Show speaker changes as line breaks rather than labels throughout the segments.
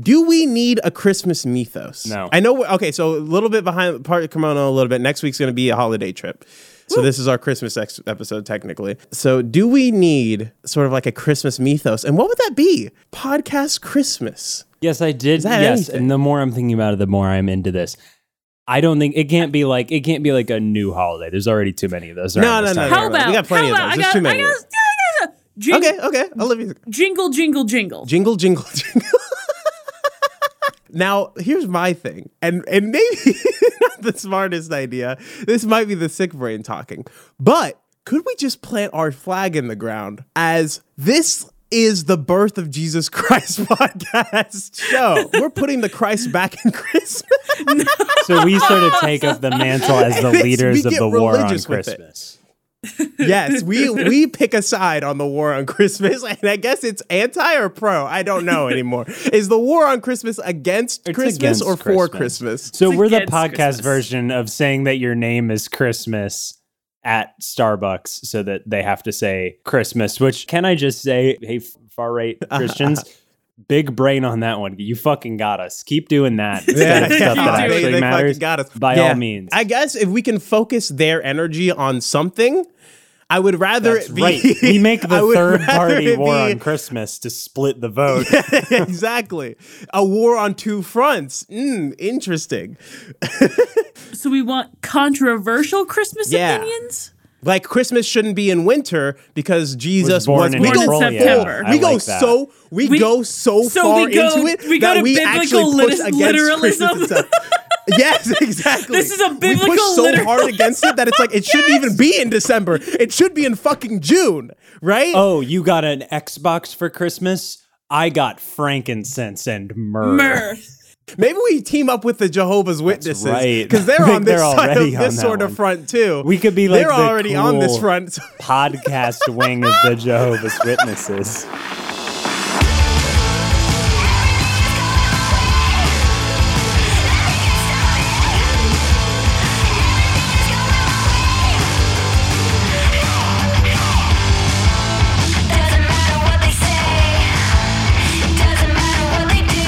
Do we need a Christmas mythos?
No.
I know. we- Okay, so a little bit behind part of kimono, a little bit. Next week's going to be a holiday trip. So this is our Christmas ex- episode technically. So do we need sort of like a Christmas mythos? And what would that be? Podcast Christmas.
Yes, I did.
that
Yes,
anything?
and the more I'm thinking about it, the more I'm into this. I don't think it can't be like it can't be like a new holiday. There's already too many of those.
No,
around
no,
this
no,
time.
no.
How about?
We got plenty
how
of
about,
those.
I
There's
got,
too many.
I got, I got, jing,
Okay, okay. I'll leave you.
Jingle, jingle, jingle.
Jingle, jingle, jingle. now, here's my thing, and and maybe not the smartest idea. This might be the sick brain talking, but could we just plant our flag in the ground as this? Is the birth of Jesus Christ podcast show? We're putting the Christ back in Christmas.
So we sort of take up the mantle as the
It's- we
leaders of
get
the war on
religious with it.
Christmas.
yes, we we pick a side on the war on Christmas, and I guess it's anti or pro. I don't know anymore. Is the war on Christmas against
It's
Christmas
against
or for Christmas?
So
It's
we're the
against
podcast
Christmas.
version of saying that your name is Christmas at Starbucks so that they have to say Christmas, which can I just say, hey, f- far right Christians, big brain on that one. You fucking got us. Keep doing that. instead of stuff that
you do.
actually
they
matters.
fucking got us.
By
Yeah.
all means.
I guess if we can focus their energy on something, I would rather
That's
it be.
right. We make
I
the
would
third
rather
party
it
war
be-
on Christmas to split the vote.
exactly. A war on two fronts. Mm, interesting.
So we want controversial Christmas
Yeah.
opinions.
Like Christmas shouldn't be in winter because Jesus was
born in
we go
Born in
full-
September.
We
I
go
like that.
so we,
We-
go so,
so
far
we go-
into it
we go
that
to
we
biblical
actually push
lit-
against
literalism.
Christmas itself. yes, exactly.
This is a
We push
biblical
so hard
literalism.
against it that it's like it shouldn't even be in December. It should be in fucking June, right?
oh, you got an Xbox for Christmas? I got frankincense and myrrh.
Mirth.
Maybe we team up with the Jehovah's Witnesses
right.
because
I
they're
think
on this
they're
side of
already on
this
that
sort of
one.
front too.
We could be like
they're
the
already on this
cool-
front. so-
Podcast wing of the Jehovah's Witnesses.
Doesn't matter what they say, doesn't matter what they do.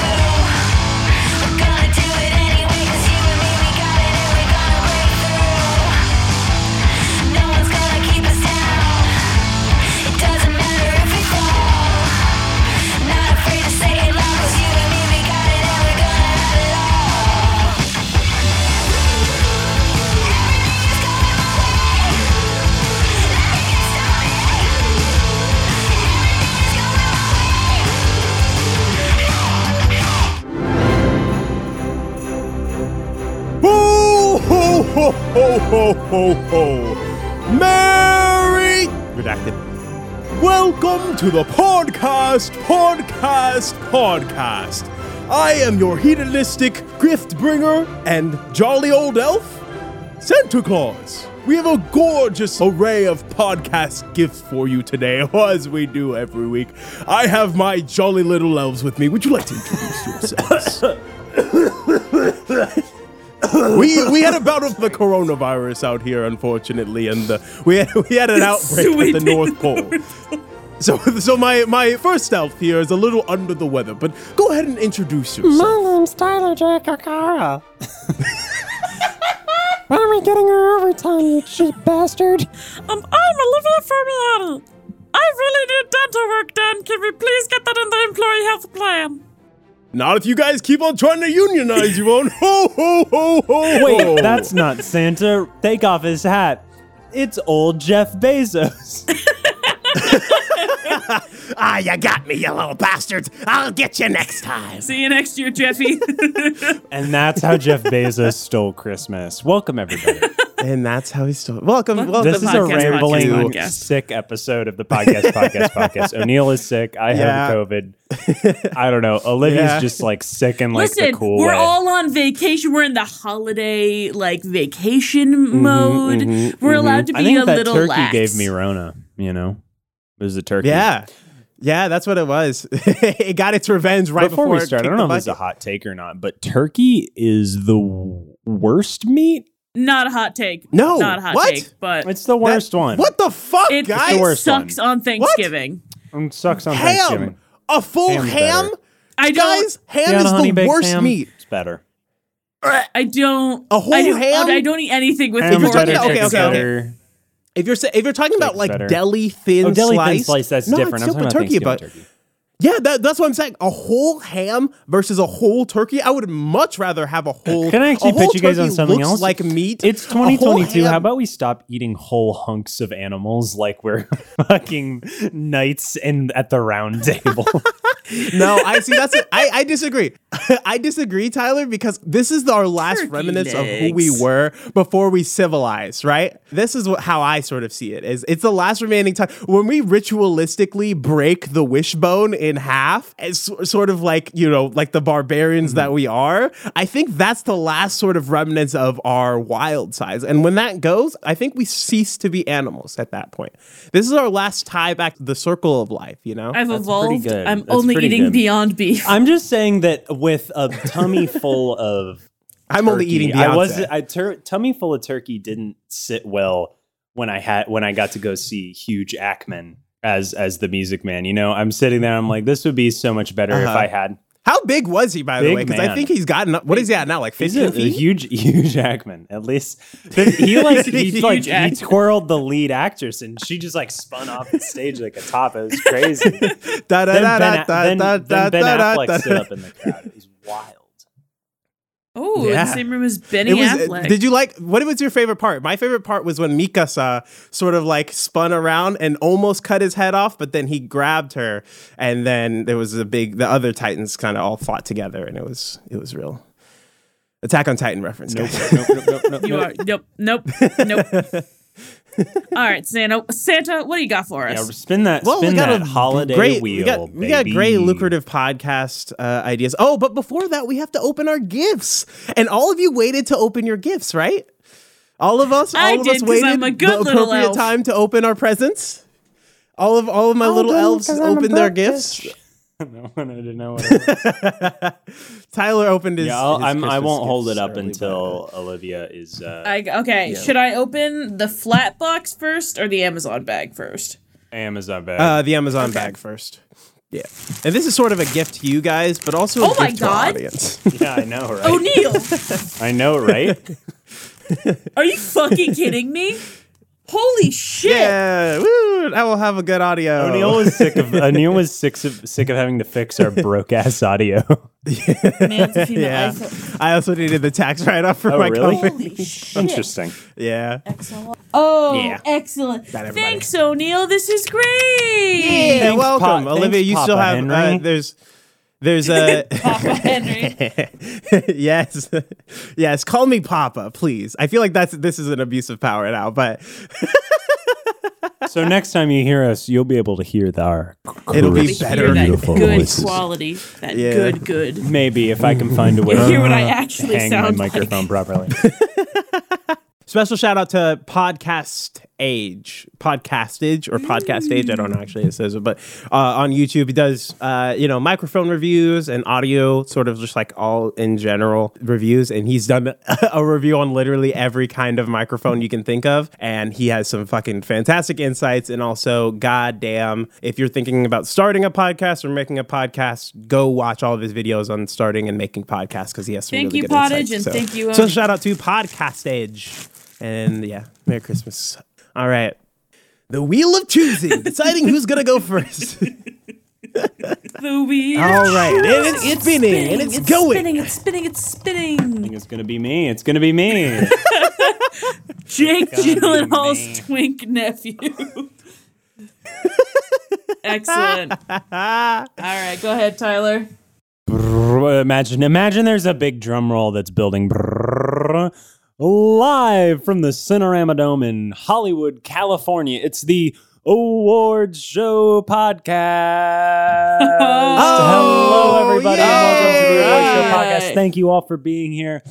We're gonna do it anyway, 'cause you and me, we got it, and we're gonna break through. No one's gonna keep us down. It doesn't matter if we fall. Not afraid to say it loud, 'cause you and me, we got it, and we're gonna have it all.
Ho ho ho ho ho ho ho! Merry redacted. Welcome to the podcast, podcast, podcast. I am your hedonistic gift bringer and jolly old elf, Santa Claus. We have a gorgeous array of podcast gifts for you today, as we do every week. I have my jolly little elves with me. Would you like to introduce yourselves? we we had a bout of the coronavirus out here, unfortunately, and the, we had, we had an outbreak at the
Sweet.
North Pole. So, so my, my first elf here is a little under the weather, but go ahead and introduce yourself.
My name's Tyler J. Kakara. when are we getting our overtime, you cheap bastard?
Um, I'm Olivia Fermiano. I really need dental work done. Can we please get that in the employee health plan?
Not if you guys keep on trying to unionize you won't. Ho, ho, ho, ho.
Wait,
ho.
that's not Santa. Take off his hat. It's old Jeff Bezos.
Ah, you got me, you little bastards. I'll get you next time.
See you next year, Jeffy.
And that's how Jeff Bezos stole Christmas. Welcome, everybody.
And that's how he stole. Welcome, welcome.
This is a
podcast, podcast,
rambling,
podcast.
sick episode of the podcast, podcast, podcast. O'Neill is sick. I
Yeah.
have COVID. I don't know. Olivia's
Yeah.
just like sick in like
Listen,
the cool
we're
way.
all on vacation. We're in the holiday like vacation
Mm-hmm,
mode. we're allowed to be
I think
a
that
little
turkey
lax.
gave me Rona. You know, it was a turkey.
Yeah, yeah, that's what it was. it got its revenge right
before,
before,
we
it
start, I
kicked
don't know if
the
this is a
bucket.
hot take or not, but turkey is the w- worst meat.
Not a hot take.
No,
not a hot
what?
take. But
It's the
That-
worst one.
What the fuck,
it
guys?
the worst
sucks on Thanksgiving.
It sucks on
Ham,
Thanksgiving.
a full
Ham's
ham.
better.
I don't.
Guys, ham is the worst meat.
It's better.
I don't.
A whole
I don't,
ham?
I don't eat anything with
Ham
you're
pork.
better,
talking- okay,
chicken's
okay, okay.
better.
If you're sa- if you're talking about
Steak's
like
better.
deli thin,
Oh, deli
slice,
thin slice. That's
no,
different. I'm
It's
talking about
different turkey,
Thanksgiving
but
turkey.
yeah, that, that's what I'm saying. A whole ham versus a whole turkey. I would much rather have a whole.
Uh, Can I actually
a whole
pitch you guys on
turkey
something
looks
else?
Like meat.
It's
A whole
2022.
ham-
How about we stop eating whole hunks of animals like we're fucking knights and at the round table?
no, I see. That's it. I, I disagree. I disagree, Tyler, because this is our last
Turkey
remnants of who we
legs.
were before we civilized. Right? This is what, how I sort of see it. Is it's the last remaining time when we ritualistically break the wishbone in half, as so- sort of like you know, like the barbarians
Mm-hmm.
that we are. I think that's the last sort of remnants of our wild sides, and when that goes, I think we cease to be animals at that point. This is our last tie back to the circle of life. You know.
I've evolved.
good.
I'm
That's
only
pretty
eating
good.
Beyond Beef.
I'm just saying that with a tummy full of
I'm only
turkey,
eating Beyonce.
I was I tur- tummy full of turkey didn't sit well when I had when I got to go see Huge Ackman as as the Music Man. You know, I'm sitting there. I'm like, this would be so much better if
Uh-huh.
I had.
How big was he, by the
Big
way? Because I
man.
think he's gotten up. What is he at now? Like
He's a,
15
a
feet?
huge, huge Ackman. At least But he like he
Huge
like he
Ackman.
twirled the lead actress, and she just like spun off the stage like a top. It was crazy. then
Da, da, da,
Ben,
da,
A- then,
da, da,
then Ben
da,
Affleck
da,
stood
da.
up in the crowd. It was wild.
oh, in
Yeah.
the same room as Benny
It was,
Affleck.
did you like what was your favorite part? My favorite part was when Mikasa sort of like spun around and almost cut his head off, but then he grabbed her, and then there was a big the other Titans kind of all fought together, and it was it was real. Attack on Titan reference, guys.
You are nope, nope, nope. All right, Santa. Santa, what do you got for
Yeah,
us?
spin that,
Well,
spin
we got
that
a
holiday
great,
wheel.
We got, we got
baby.
great lucrative podcast uh, ideas. Oh, but before that, we have to open our gifts, and all of you waited to open your gifts, right? All of us, all
I
of
did,
us
'cause
waited
I'm a good
the
little
appropriate
elf.
time to open our presents. All of all of my little
did,
elves
'cause I'm a
opened their
broke
gifts.
No, I didn't know what it was.
Tyler opened his.
yeah, I'll,
his
I'm, I
Christmas
won't hold it
gifts
up
early,
until Olivia is. Uh,
I, okay, should I open the flat box first or the Amazon bag first?
Amazon
but-
bag.
uh, the Amazon bag first. Yeah, and this is sort of a gift to you guys, but also a
Oh my
gift to our
God.
audience.
yeah, I know,
Oh,
right?
O'Neill,
I know, right?
are you fucking kidding me? Holy shit!
yeah, woo, I will have a good audio.
O'Neill was sick of O'Neill was sick of sick of having to fix our broke ass audio.
Man, it's a female
Yeah.
iPhone.
I also needed the tax write off for
Oh,
my
really?
company.
Holy shit!
Interesting.
Yeah.
Oh,
Yeah.
excellent!
everybody.
Thanks, O'Neill. This is great.
Yeah,
Thanks,
welcome,
Pa-
Olivia.
thanks,
You still
Papa
have uh,
Henry.
there's there's a
Papa Henry.
yes yes. Call me Papa, please. I feel like that's this is an abuse of power now, but
So next time you hear us, you'll be able to hear the, our
it'll be
Hear
better.
that
Beautiful
good
voices.
quality. That
Yeah.
good, good.
maybe if I can find a way
You hear what I
to
actually
hang my
sound like.
microphone properly.
Special shout out to Podcast Age, Podcastage or Podcast Age. I don't know actually it says it, but uh, on YouTube he does uh, you know microphone reviews and audio, sort of just like all in general reviews. And he's done a review on literally every kind of microphone you can think of, and he has some fucking fantastic insights. And also, goddamn, if you're thinking about starting a podcast or making a podcast, go watch all of his videos on starting and making podcasts because he has some
Thank
really
you,
good
Pottage,
insights.
and
So-
thank you,
So
Owen.
shout out to Podcast Age. And yeah, Merry Christmas. All right. The wheel of choosing, deciding who's gonna go first.
The wheel.
All right, and it's, spinning, and it's, going.
spinning, it's spinning, it's spinning.
it's gonna be me. It's gonna be me.
Jake
man.
Gyllenhaal's twink nephew. Excellent. All right, go ahead, Tyler.
imagine imagine there's a big drum roll that's building Brrrr. live from the Cinerama Dome in Hollywood, California. It's the Awards Show podcast.
Uh,
Hello, everybody, and welcome to the Awards Show podcast.
yay.
Thank you all for being here.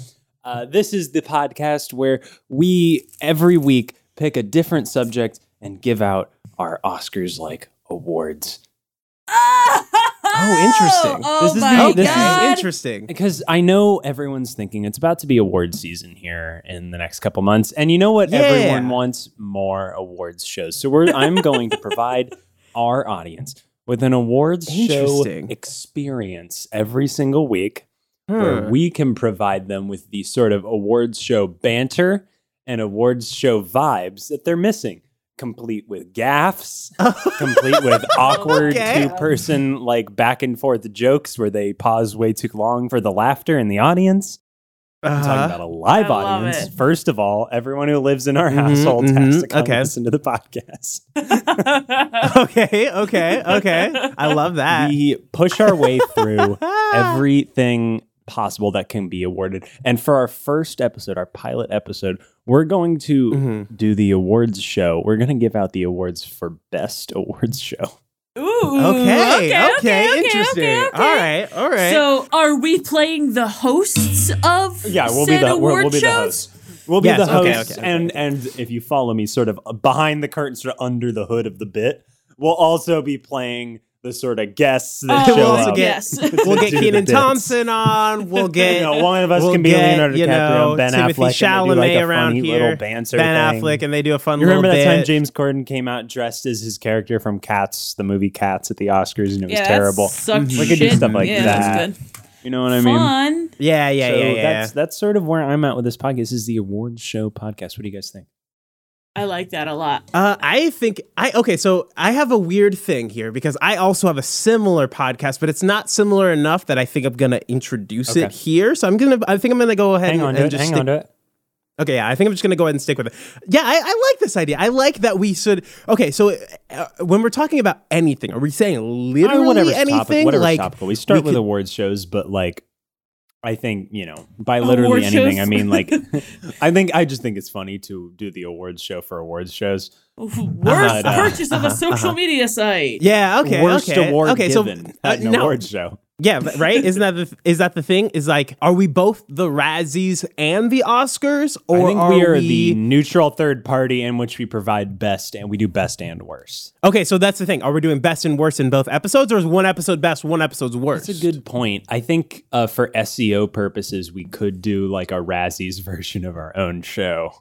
Uh, this is the podcast where we every week pick a different subject and give out our Oscars like awards.
Oh, interesting.
Oh
This is
my
the- this is
god.
interesting.
Because I know everyone's thinking it's about to be award season here in the next couple months, and you know what? Everyone
Yeah.
wants more awards shows. So we're I'm going to provide our audience with an awards show
Interesting.
experience every single week
Huh.
where Hmm. we can provide them with the sort of awards show banter and awards show vibes that they're missing, complete with gaffs, complete with awkward
Okay.
two person like back and forth jokes where they pause way too long for the laughter in the audience. I'm
Uh-huh.
talking about a live
I love
audience.
it.
First of all, everyone who lives in our
Mhm,
household has
mhm,
to come
okay.
listen to the podcast.
okay, okay, okay. I love that.
we push our way through
Ah.
everything possible that can be awarded. And for our first episode, our pilot episode, we're going to
Mhm.
do the awards show. We're going to give out the awards for best awards show.
Ooh.
Okay, okay,
okay,
interesting.
okay, okay.
All right, all right.
So, are we playing the hosts of
Yeah, we'll be
said
the we'll,
award
we'll be the
shows?
host. We'll be
Yes,
the
okay,
host,
okay, okay,
and and if you follow me, sort of behind the curtain, sort of under the hood of the bit, we'll also be playing the sort of guests that
Oh,
show
We'll also
up.
get-
yes.
we'll
to
get
do the
Keenan
bits.
Thompson on. We'll get
You know, one of us
we'll
can be
get,
Leonardo DiCaprio,
you know,
Ben
Timothy
Affleck, and they do like
Chalamet
a
around
funny
here,
little banter
Ben
thing.
Affleck, and they do a fun
You remember
little
that time
bit.
James Corden came out dressed as his character from Cats, the movie Cats, at the Oscars, and it was
Yeah, that
terrible.
Sucked
We could do
shit.
stuff like
yeah,
that.
That's good.
You know what I mean?
Fun.
Yeah, yeah,
So
yeah, yeah.
That's that's sort of where I'm at with this podcast. This is the awards show podcast. What do you guys think?
I like that a lot.
Uh, I think I okay. So I have a weird thing here because I also have a similar podcast, but it's not similar enough that I think I'm gonna introduce it
Okay.
here. So I'm gonna. I think I'm gonna go ahead
Hang
and,
on to
and
it.
just
Hang
stick
on to it.
Okay, yeah, I think I'm just gonna go ahead and stick with it. Yeah, I, I like this idea. I like that we should. Okay, so uh, when we're talking about anything, are we saying
I mean,
literally
whatever's
anything?
topic, whatever's
like,
topical. We start
we
with
could-
awards shows, but like, I think you know by literally
Award
anything.
shows.
I mean, like, I think I just think it's funny to do the awards show for awards shows.
Worst
uh-huh,
purchase of a social media site.
Yeah. Okay.
Worst
okay.
award
okay,
given
So, uh,
at an
now-
awards show.
Yeah. but- Right. Isn't that the th- is that the thing? Is like, are we both the Razzies and the Oscars, or
I think
are
we are the neutral third party in which we provide best and we do best and worst.
Okay, so that's the thing. Are we doing best and worst in both episodes, or is one episode best, one episode's worst?
That's a good point. I think uh, for SEO purposes, we could do like a Razzies version of our own show.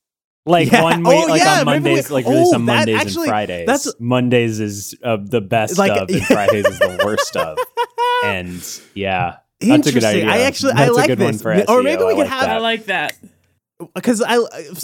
Like
Yeah.
one week,
Oh,
like
yeah, maybe
on Mondays,
we-
like release
oh,
on
that
Mondays
actually-
and Fridays.
that's-
Mondays is uh, the best
Like-
of, and Fridays is the worst of. And yeah, that's a
Interesting.
good idea.
I actually
that's
I like
a good
this.
one for SEO.
or maybe we
I
could
like
have
that.
I like that.
because I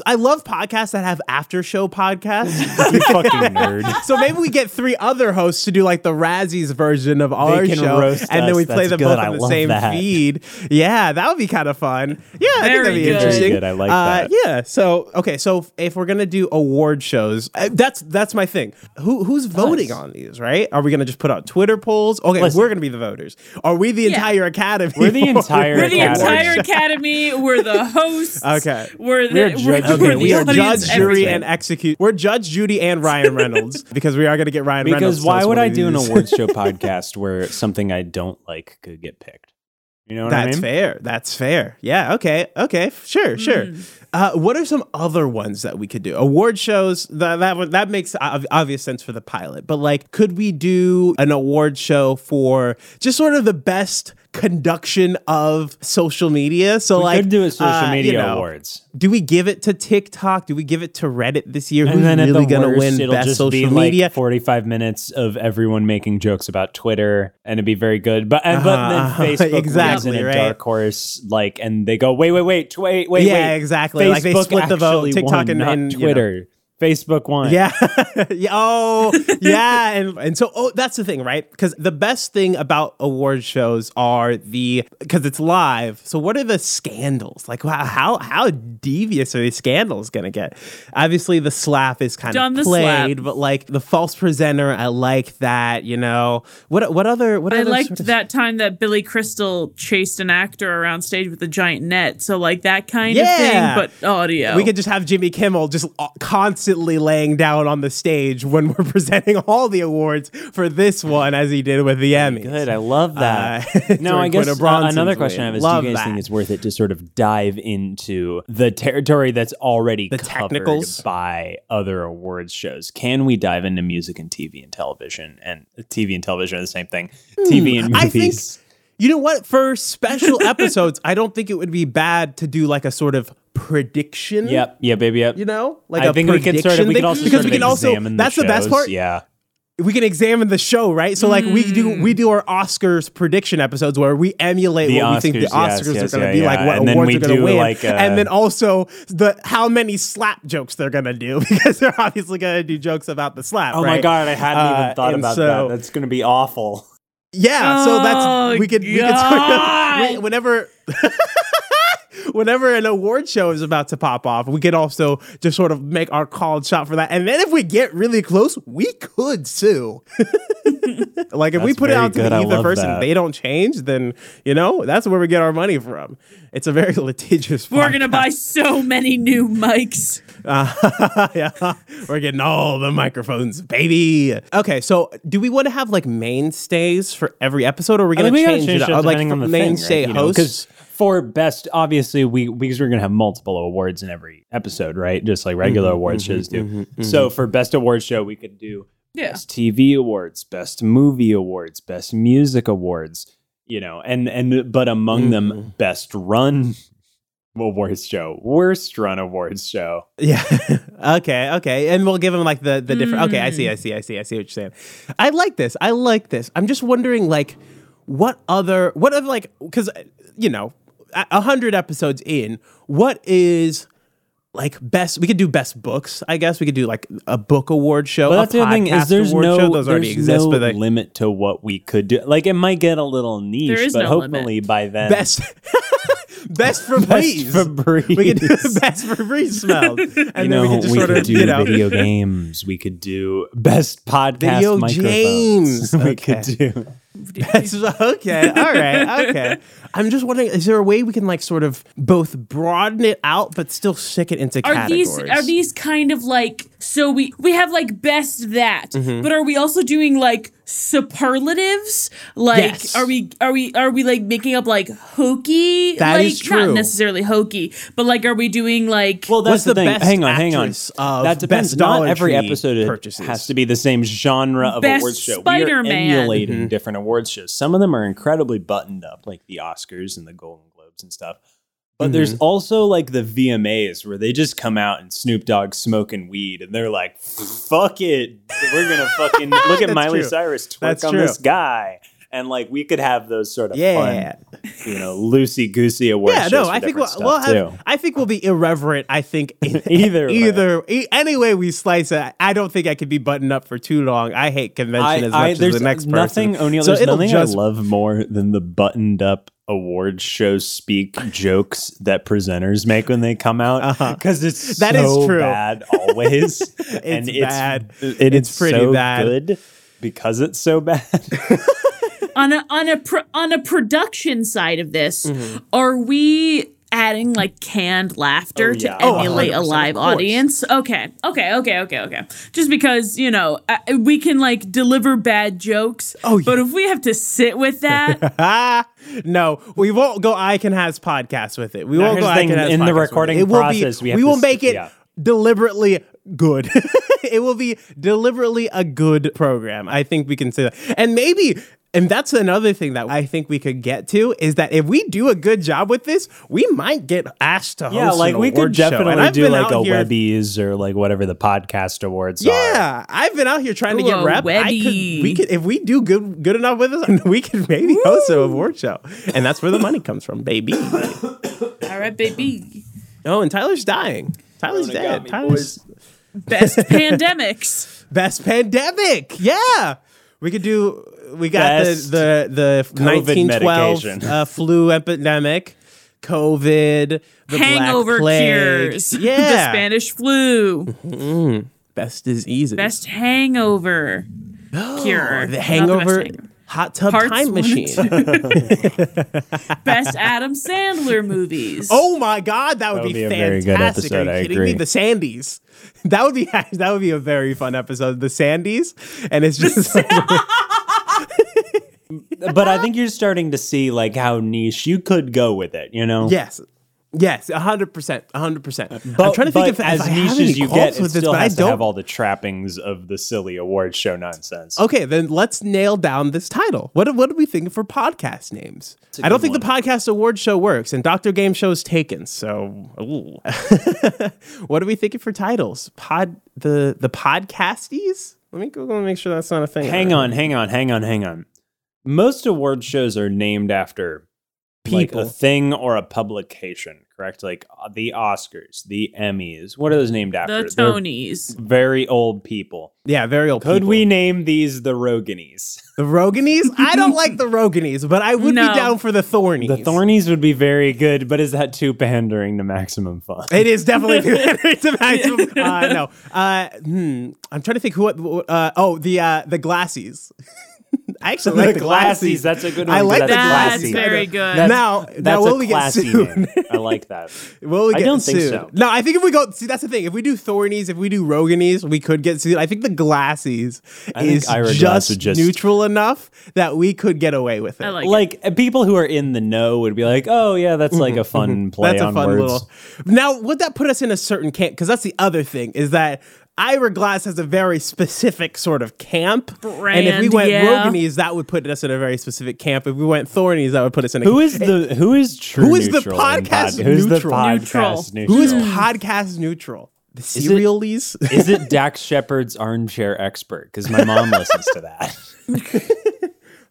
I love podcasts that have after show podcasts.
you fucking nerd.
so maybe we get three other hosts to do like the Razzies version of our
can
show,
roast
and then
us.
we play
That's
them
good.
both
I
on the
love
same
that.
feed. Yeah, that would be kind of fun. Yeah, I think
Very
that'd be
good. Very
interesting.
good. I like
uh,
that.
Yeah. So okay, so if we're gonna do award shows, uh, that's that's my thing. Who who's voting on these? Right? Are we gonna just put out Twitter polls? Okay,
Listen.
we're gonna be the voters. Are we the entire academy?
We're the entire
We're the
Academy.
entire academy. We're the hosts.
Okay.
We're the
We're
we're,
judges.
we're
Okay,
the
we are judge,
audience,
jury,
everything.
and execute. We're judge, Judy, and Ryan Reynolds because we are going to get Ryan Reynolds.
Because
to
why
host one
would I
of
do an
these.
awards show podcast where something I don't like could get picked? You know what I
That's
mean?
fair. That's fair. Yeah. Okay. Okay. Sure. Sure. Uh, what are some other ones that we could do? Award shows. That that one- that makes ob- obvious sense for the pilot. But like, could we do an award show for just sort of the best conduction of social media? So
We
like,
could do a social
uh, you
media
know,
awards.
Do we give it to TikTok? Do we give it to Reddit this year?
And
Who's
then
really
at the
gonna
worst,
win
it'll
best
just
social
be
media?
like 45 minutes of everyone making jokes about Twitter and it'd be very good. But and, but then
Uh-huh,
Facebook leaves
exactly,
in a
right.
dark horse like and they go, "Wait, wait, wait, tw- wait, wait,
Yeah,
wait."
exactly. Like, they
Facebook
split the vote,
actually
TikTok
won,
and-
not
and, you know.
Twitter. Facebook won.
Yeah. yeah. Oh, yeah. And, and so, oh, that's the thing, right? Because the best thing about award shows are the, because it's live. So, what are the scandals? Like, wow, how how devious are these scandals going to get? Obviously, the slap is kind
Done the
of
slap.
played, but like the false presenter, I like that, you know? What what other, what
I
other
liked
sort of-
that time that Billy Crystal chased an actor around stage with a giant net. So like that kind
Yeah.
of thing, but audio.
We could just have Jimmy Kimmel just uh, constantly laying down on the stage when we're presenting all the awards for this one, as he did with the Emmys.
Good, I love that.
Uh,
no, I
during
guess
Quinta
uh,
Bronson's
another question I
win.
have is:
Love
Do you guys
that.
think it's worth it to sort of dive into the territory that's already
The
covered
technicals?
by other awards shows? Can we dive into music and TV and television and TV and television are the same thing? TV and
Hmm, I think
movies.
you know what for special episodes, I don't think it would be bad to do like a sort of prediction.
yep. Yeah, baby. Yep.
You know, like
I
a
think we could sort
prediction
of- we could
thing,
also
because
sort
we
of
can also
examine
that's the, best
shows,
part.
Yeah.
we can examine the show, right? So like we do we do our Oscars prediction episodes where we emulate
Mm. The
what we think the
Oscars, yes,
Oscars
yes,
are going to
yeah,
be
yeah.
like, what
And then
awards
we
are going to
do,
win,
like, uh,
and then also the how many slap jokes they're going to do because they're obviously going to do jokes about the slap.
Oh my
right?
god, I hadn't
Uh,
even thought
and
about
so-
that. That's gonna be awful.
Yeah, so
Oh,
that's we could we could sort of, we- whenever whenever an award show is about to pop off, we could also just sort of make our called shot for that. And then if we get really close, we could sue. like if we
That's
put it
very
out to
good. I
either
love
person,
that.
they don't change, then you know that's where we get our money from. It's a very litigious.
We're gonna buy so many new mics.
Uh, yeah. We're getting all the microphones, baby. Okay, so do we want to have like mainstays for every episode, or are we going to change it? up? like mainstay
Because
hosts.
for best, obviously, we because we're gonna have multiple awards in every episode, right? Just like regular awards shows do. So for best award show, we could do
Yeah.
best TV awards, best movie awards, best music awards. You know, and and but among them, best run awards show, worst run awards show.
yeah. okay. Okay. And we'll give them like the the different. Okay. I see.
Mm.
I see. I see. I see what you're saying. I like this. I like this. I'm just wondering, like, what other, what other, like, because you know, a a hundred episodes in, what is like best? We could do best books. I guess we could do like a book award show.
But
a
that's the other thing is
podcast
there's
award
no
show. those already
there's
exist,
no
but like
limit to what we could do. Like it might get a little niche,
There is
but
no
hopefully by then
best. Best for
Best
breeze.
Febreze.
We could do the best for breeze smell. And
you
then
know,
we could just
we
sort
could
of,
do
you know,
video games. We could do best podcast
Video games.
microphones. We
Okay.
could do.
That's- okay. All right. Okay. I'm just wondering, is there a way we can like sort of both broaden it out but still stick it into
Are
categories?
these are these kind of like so we we have like best that,
Mm-hmm.
but are we also doing like superlatives? Like
Yes.
are we are we are we like making up like hokey?
That
like
is
not
true.
necessarily hokey, but like are we doing like
Well,
What's
that's the,
the
thing.
best
hang on, hang on.
actress of
That depends.
best
Not
Dollar
every
Tree
episode
purchases?
has to be the same genre of
Best
awards show.
Spider-Man.
We are emulating
Mm-hmm.
different awards shows. Some of them are incredibly buttoned up, like the Oscars and the Golden Globes and stuff. But
Mm-hmm.
there's also like the VMAs where they just come out and Snoop Dogg smoking weed and they're like, "Fuck it, we're gonna fucking look at
That's
Miley
true.
Cyrus twerk
That's
on
true.
this guy." And like we could have those sort of
Yeah.
fun, you know, loosey goosey awards.
yeah,
shows
no,
for
I think we'll,
different
we'll
stuff,
have,
too.
I think we'll be irreverent. I think in-
Either way.
either e- any way we slice it, I don't think I could be buttoned up for too long. I hate convention as much as
there's
the next person.
nothing, O'Neill,
So
there's
it'll
nothing
just
I love more than the buttoned up award show speak jokes that presenters make when they come out because it's
That is
so
true.
bad always. it's and it's
bad.
It,
It's
it's
pretty
so
bad.
good because it's so bad.
on a on a pro, on a production side of this,
Mm-hmm.
are we adding like canned laughter
yeah.
to
Oh,
emulate a
100%,
live
of course.
audience? Okay, okay, okay, okay, okay. Just because you know I, we can like deliver bad jokes,
Oh, yeah.
but if we have to sit with that,
Ah, no, we won't go. I can has podcast with it. We won't
here's
go.
the
I
thing,
can has
in the
podcast with
recording
it. It will
process,
be,
we have to
will
s-
make it
yeah.
deliberately good. it will be deliberately a good program. I think we can say that, and maybe. And that's another thing that I think we could get to is that if we do a good job with this, we might get asked to host
yeah, like
an
we could
award show. And
definitely
I've
do
been
like
out
a
here-
Webbies or like whatever the podcast awards are.
Yeah, I've been out here trying to
Ooh,
get
a
rep. I could,
Webby.
we could, if we do good, good enough with us, we could maybe host an award show, and that's where the money comes from, baby.
all right, baby,
Oh, and Tyler's dying. Tyler's dead. Tyler's
best pandemics.
best pandemic. Yeah, we could do. We got
Best
the the the nineteen twelve
medication.
uh, flu epidemic, COVID, the
Hangover
Black Plague.
cures.
Yeah,
the Spanish flu.
best diseases.
Best hangover cure. Not
the hangover.
best, hangover.
Hot tub
Parts
time
one and
machine.
best Adam Sandler movies.
Oh my god, that would,
would
be,
be a very
fantastic!
good
Are
episode,
you
I
kidding me?
agree.
The Sandys. That would be that would be a very fun episode. The Sandys, and it's just like,
but I think you're starting to see like how niche you could go with it. You know?
yes. Yes, hundred percent, hundred percent.
But,
I'm trying to think
but
if, if
as
I
niche
have any
as you
qualms
get, it
with this,
still
but I
has to have
don't.
all the trappings of the silly awards show nonsense.
Okay, then let's nail down this title. What do- what do we think for podcast names? I don't think the podcast award show works, and Doctor Game Show's taken. So, ooh. what are we thinking for titles? Pod the the podcasties. Let me Google and make sure that's not a thing.
Hang on, hang on, hang on, hang on. Most award shows are named after like,
People.
a thing or a publication, correct? Like uh, the Oscars, the Emmys. What are those named after?
The
They're
Tonys.
very old people.
Yeah, very old.
Could
people.
we name these the Roganies?
The Roganies? I don't like the Roganies, but I would
No.
be down for the Thornies.
The Thornies would be very good, but is that too pandering to maximum fun?
It is definitely the maximum. Uh, no, uh, hmm. I'm trying to think who. Uh, oh, the uh, the Glassies. I actually like the Glassies.
That's a good one.
I like the
That's
Glassies.
very good.
That's-
now, now
That's
will
a
we get
classy
sued?
name. I like that.
Will we
I
get
don't think
sued?
so.
No, I think if we go, see, that's the thing. If we do Thornies, if we do Roganies, we could get sued. I think the Glassies
I think
is
Ira Glass
just,
would just-
neutral enough that we could get away with it.
I like,
Like uh, people who are in the know would be like, "Oh yeah, that's like a fun play
that's
on
a fun
words."
little. Now, would that put us in a certain camp? Because that's the other thing is that Ira Glass has a very specific sort of camp. and if we
Brand,
went
yeah.
Roganies, that would put us in a very specific camp. If we went Thornies, that would put us in a
Who is the who is true?
Who is the
neutral in
podcast
Who's the
neutral?
podcast neutral?
who is podcast neutral? The
it-
serialies.
Is it Dax Shepard's armchair expert? Because my mom listens to that.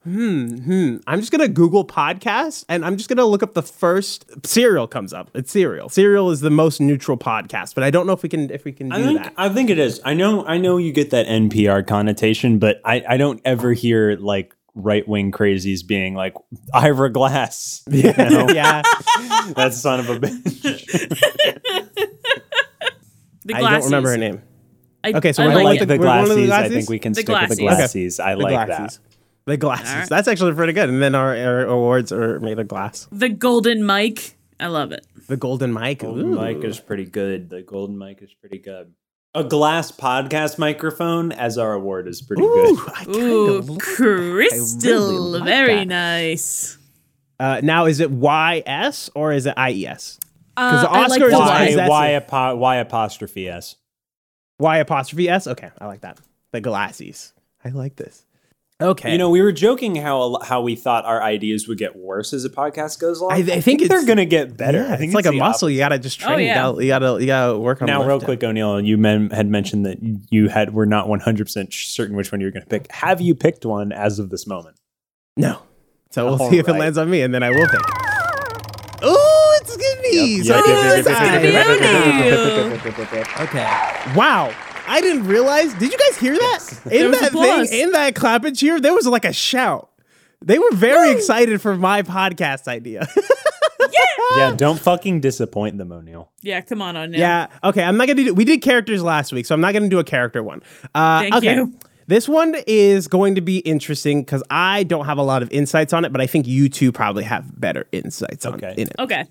I'm just gonna Google podcast and I'm just gonna look up the first serial comes up. It's serial. Serial is the most neutral podcast, but I don't know if we can if we can do
I think
that.
I think it is. I know I know you get that NPR connotation, but I, I don't ever hear like right wing crazies being like Ira Glass. You know?
yeah,
that son of a bitch.
the
I don't remember her
Glassies.
name.
I,
Okay, so
I
we're
I
gonna
like
it.
the
We're going to the
glassies. I think
Glassies?
we can
The
stick with the
Glassies.
glassies. I like that.
The glasses.
Alright.
That's actually pretty good. And then our, our awards are made of glass.
The Golden Mike. I love it.
The golden mic.
Golden
Ooh.
mic is pretty good. The golden mic is pretty good. A glass podcast microphone as our award is pretty
Ooh,
good.
I kind
Ooh,
of.
crystal.
like
very
that.
nice.
Uh, now is it YS or is it IES? Because
Uh, I like
Oscars why-
the
Why
Y.
that's
why,
it.
apo- why apostrophe s?
Y apostrophe S. Okay, I like that. The glassies. I like this. Okay.
You know, we were joking how a lo- how we thought our ideas would get worse as a podcast goes along.
I- I think
they're
it's-
gonna get better.
Yeah,
I think
it's like a
the
muscle. You gotta just train.
yeah.
You, gotta, you gotta you gotta work on.
opposite. Now, real
lifting.
quick, O'Neill, you men had mentioned that you had were not one hundred percent certain which one you were going to pick. Have you picked one as of this moment?
No. So we'll
All
see if it
right.
lands on me, and then I will pick. Oh, it's gonna be.
Yep,
so
yep, yep,
it's
yep, yep,
on.
yep,
Good
yep, yep, yep,
on
yep,
you.
yep, yep, yep, yep, yep.
Okay. Wow. I didn't realize. Did you guys hear that? In
was
that
applause.
thing, in that clap and cheer, there was like a shout. They were very excited for my podcast idea. Ah.
Yeah, don't fucking disappoint them, O'Neill.
Yeah, come on on now.
yeah. Okay. I'm not gonna do. We did characters last week, so I'm not gonna do a character one. Uh,
Thank
okay.
you.
This one is going to be interesting because I don't have a lot of insights on it, but I think you two probably have better insights on
Okay.
in it.
Okay.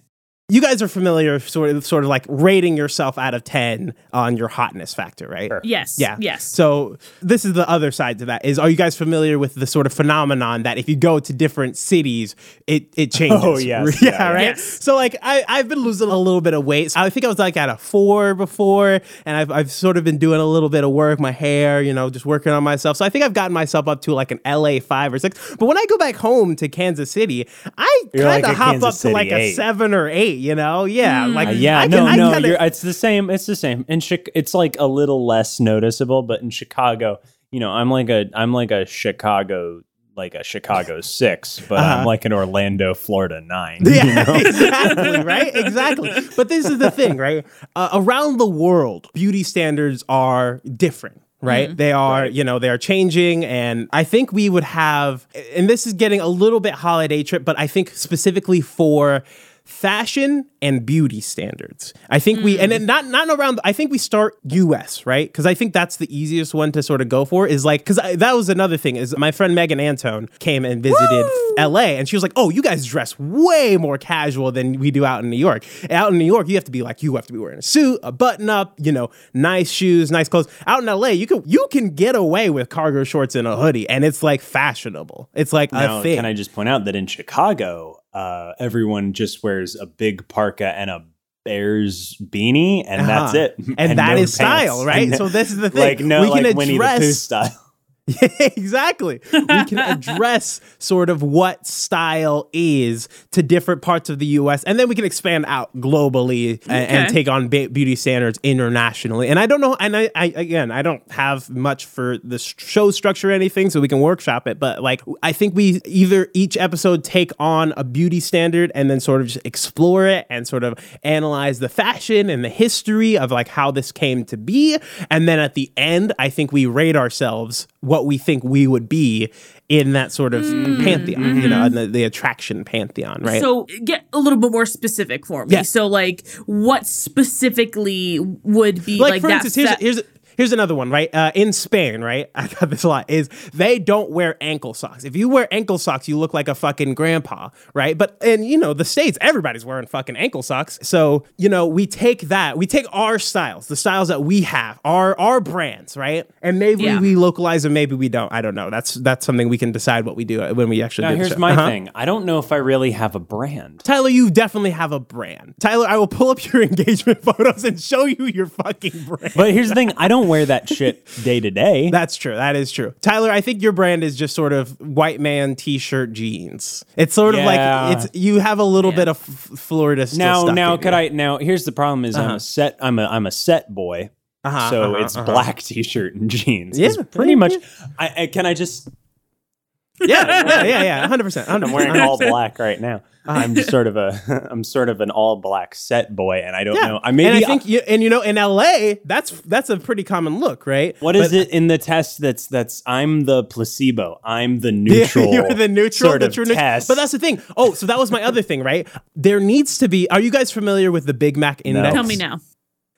You guys are familiar, sort of, sort of like rating yourself out of ten on your hotness factor, right?
Yes.
Yeah.
Yes.
So this is the other side to that is are you guys familiar with the sort of phenomenon that if you go to different cities, it it changes.
Oh, yes.
yeah,
Yeah,
right.
yes.
So like I, I've been losing a little bit of weight. So I think I was like at a four before and I've I've sort of been doing a little bit of work, my hair, you know, just working on myself. So I think I've gotten myself up to like an LA five or six. But when I go back home to Kansas City, I
You're
kinda
like a
hop
Kansas
up
City
to like a
eight.
seven or eight, you know? Yeah. Like
Uh, yeah,
I
no,
can,
no,
I kinda,
you're, it's the same. It's the same. In Chi- it's like a little less noticeable, but in Chicago, you know, I'm like a, I'm like a Chicago, like a Chicago six, but I'm like an Orlando, Florida nine.
Uh-huh. Yeah, exactly, right? Exactly. But this is the thing, right? Uh, around the world, beauty standards are different. Right? They are, you know, they are changing. And I think we would have, and this is getting a little bit holiday trip, but I think specifically for fashion and beauty standards. I think we, and then not, not around, I think we start US, right? Because I think that's the easiest one to sort of go for is like, because that was another thing is my friend Megan Antone came and visited LA and she was like, oh, you guys dress way more casual than we do out in New York. Out in New York, you have to be like, you have to be wearing a suit, a button up, you know, nice shoes, nice clothes. Out in LA, you can you can get away with cargo shorts and a hoodie and it's like fashionable. It's like
Now,
a thing.
can I just point out that in Chicago, uh, everyone just wears a big parka and a bears beanie, and that's
Uh-huh.
it.
And, that is
no pants.
style, right?
And-
so this is the thing.
like no,
we
like
can
Winnie the Pooh
address
style.
exactly. We can address sort of what style is to different parts of the US, and then we can expand out globally a- and,
Okay.
take on ba- beauty standards internationally. And I don't know, and I, I again, I don't have much for the s- show structure or anything, so we can workshop it, but like, I think we either each episode take on a beauty standard and then sort of just explore it and sort of analyze the fashion and the history of like how this came to be. And then at the end, I think we rate ourselves what we think we would be in that sort of pantheon, you know, in the, the attraction pantheon, right?
So get a little bit more specific for me.
Yeah.
So like, what specifically would be like,
like, for
that?
instance, here's,
fa-
here's here's another one, right? Uh, in Spain, right? I got this a lot. Is they don't wear ankle socks. If you wear ankle socks, you look like a fucking grandpa, right? But in you know the states, everybody's wearing fucking ankle socks. So you know we take that, we take our styles, the styles that we have, our our brands, right? And maybe
Yeah.
we localize them, maybe we don't. I don't know. That's that's something we can decide what we do uh, when we actually.
Now
do the
here's
show.
my
Uh-huh.
thing. I don't know if I really have a brand.
Tyler, you definitely have a brand. Tyler, I will pull up your engagement photos and show you your fucking brand.
But here's the thing, I don't wear that shit day to day.
That's true. That is true. Tyler, I think your brand is just sort of white man t-shirt jeans. It's sort
Yeah.
of like it's you have a little bit of f- Florida still
Now
stuck
now
in
could
you.
I now here's the problem is I'm a set I'm a I'm a set boy.
Uh-huh,
so
uh-huh,
it's
uh-huh.
black t-shirt and jeans.
Yeah,
It's pretty
yeah,
much
yeah.
I, I can I just
Yeah, yeah, yeah, yeah. 100%. 100%.
I'm wearing all black right now.
Uh-huh.
I'm sort of a I'm sort of an all black set boy and I don't
yeah.
know. I maybe
and I think you, and you know in LA, that's that's a pretty common look, right?
What is it in the test that's that's I'm the placebo. I'm the neutral.
You're the neutral,
sort
the
of
true neutral.
test.
But that's the thing. Oh, so that was my other thing, right? There needs to be. Are you guys familiar with the Big Mac Index?
Tell me now.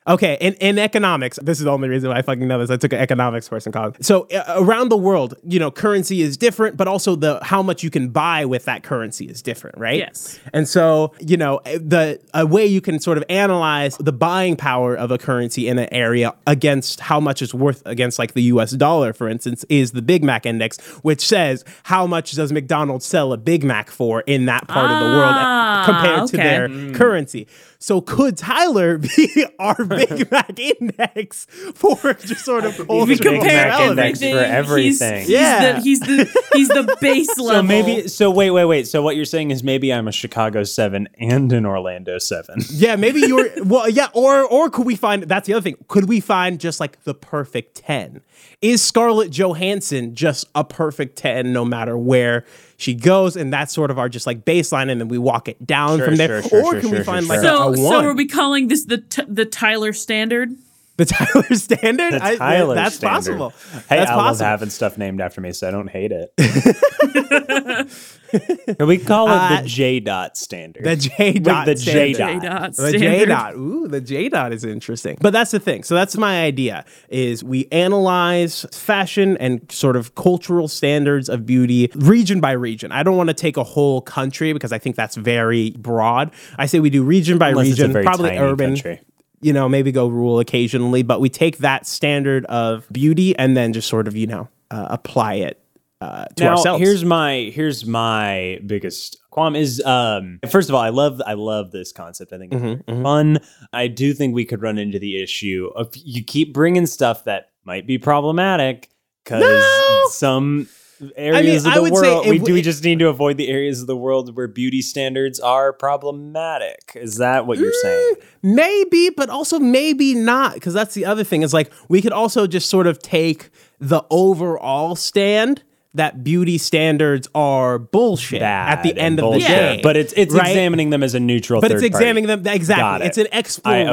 Okay, in, in economics, this is the only reason why I fucking know this. I took an economics course in college. So uh, around the world, you know, currency is different, but also the how much you can buy with that currency is different, right?
Yes.
And so you know, eh, the a way you can sort of analyze the buying power of a currency in an area against how much it's worth against like the U.S. dollar, for instance, is the Big Mac index, which says how much does McDonald's sell a Big Mac for in that part of the world
Ah,
compared to
okay.
their
Mm.
currency. So could Tyler be our Big Mac index for just sort of cultural
Big Mac
relevance?
index. for everything.
He's,
Yeah.
he's the he's the he's the base level.
so maybe so wait wait wait so what you're saying is maybe I'm a Chicago 7 and an Orlando 7.
Yeah, maybe you're well, yeah, or or could we find that's the other thing. Could we find just like the perfect 10? Is Scarlett Johansson just a perfect 10 no matter where she goes? And that's sort of our just like baseline, and then we walk it down
Sure,
from there.
sure, sure,
or
sure,
can we
sure,
find
sure,
like
sure.
a,
So,
a
so
one?
are we calling this the t- the Tyler standard?
the Tyler standard?
The
I-
Tyler
that's
standard.
possible.
Hey,
that's
I love
possible.
having stuff named after me, so I don't hate it. Can we call it
Uh,
the J dot standard?
The J
Like
dot.
the
standard.
J dot.
J dot
The
standard.
J dot. Ooh, the J dot is interesting. But that's the thing. So that's my idea is we analyze fashion and sort of cultural standards of beauty region by region. I don't want to take a whole country because I think that's very broad. I say we do region by
Unless it's a
region,
very
probably
tiny
urban.
country.
You know, maybe go rural occasionally, but we take that standard of beauty and then just sort of, you know, uh, apply it uh, to
now,
ourselves.
Here's my here's my biggest qualm is um first of all, I love I love this concept. I think
Mm-hmm,
it's very fun. I do think we could run into the issue of you keep bringing stuff that might be problematic because
No!
some areas
I
of the
would say
world
it
we
w-
do we just need to avoid the areas of the world where beauty standards are problematic. Is that what you're saying?
Mm, Maybe, but also maybe not, because that's the other thing. Is like we could also just sort of take the overall stand that beauty standards are bullshit
Bad
at the end
and
of the
bullshit.
day.
But it's it's
right?
examining them as a neutral
But it's
third party.
examining them
Got
exactly.
it.
It's an
I- okay, I'm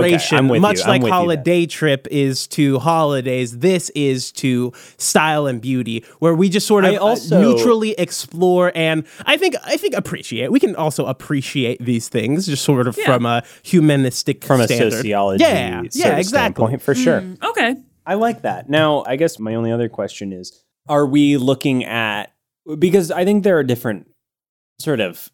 exploration,
with you.
much
I'm
like
with you then.
holiday trip is to holidays. This is to style and beauty, where we just sort of
I
uh,
also-
neutrally explore and I think I think appreciate. We can also appreciate these things, just sort of from a humanistic
from a
standard.
sociology
Yeah,
sort
yeah, exactly.
of
Mm.
standpoint, for sure.
Mm, Okay.
I like that. Now, I guess my only other question is are we looking at because I think there are different sort of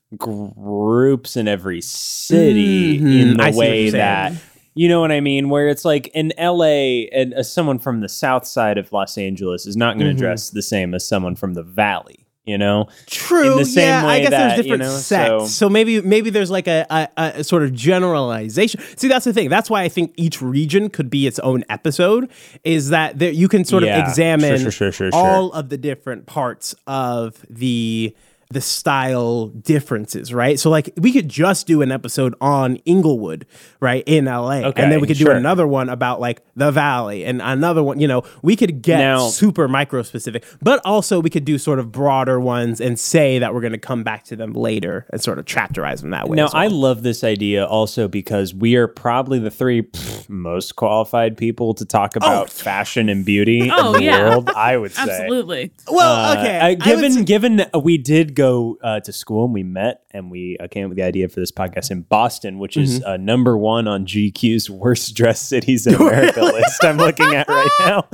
groups in every city
Mhm.
in the
I see what
way
you're saying.
that you know what I mean where it's like in LA and uh, someone from the south side of Los Angeles is not going to
Mhm.
dress the same as someone from the valley you know?
True.
in the same
yeah, I
way
guess
that,
there's
you
different
know,
sects. So.
so-
maybe maybe there's like a, a, a sort of generalization. See, that's the thing. That's why I think each region could be its own episode. Is that there, you can sort
Yeah.
of examine
Sure, sure, sure, sure, sure.
all of the different parts of the the style differences, right? So like we could just do an episode on Inglewood, right, in LA. and
Okay,
then we could do
sure.
another one about like the valley and another one, you know, we could get
Now-
super micro specific, but also we could do sort of broader ones and say that we're going to come back to them later and sort of chapterize them that way.
Now,
as well.
I love this idea also because we are probably the three pff, most qualified people to talk
Oh.
about fashion and beauty
Oh,
in the
yeah.
world, I would say.
Absolutely.
well,
Uh,
okay,
uh,
I would
given
say-
given uh, we did go uh, to school and we met and we uh, came up with the idea for this podcast in Boston, which is
Mm-hmm.
uh, number one on GQ's worst dressed cities in America list. I'm looking at right now.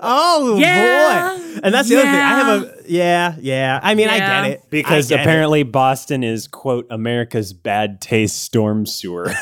oh
Yeah,
boy, and that's the other thing. I have a yeah, yeah. I mean, I
Yeah.
get it
Because
I get it.
apparently Boston is quote America's bad taste storm sewer.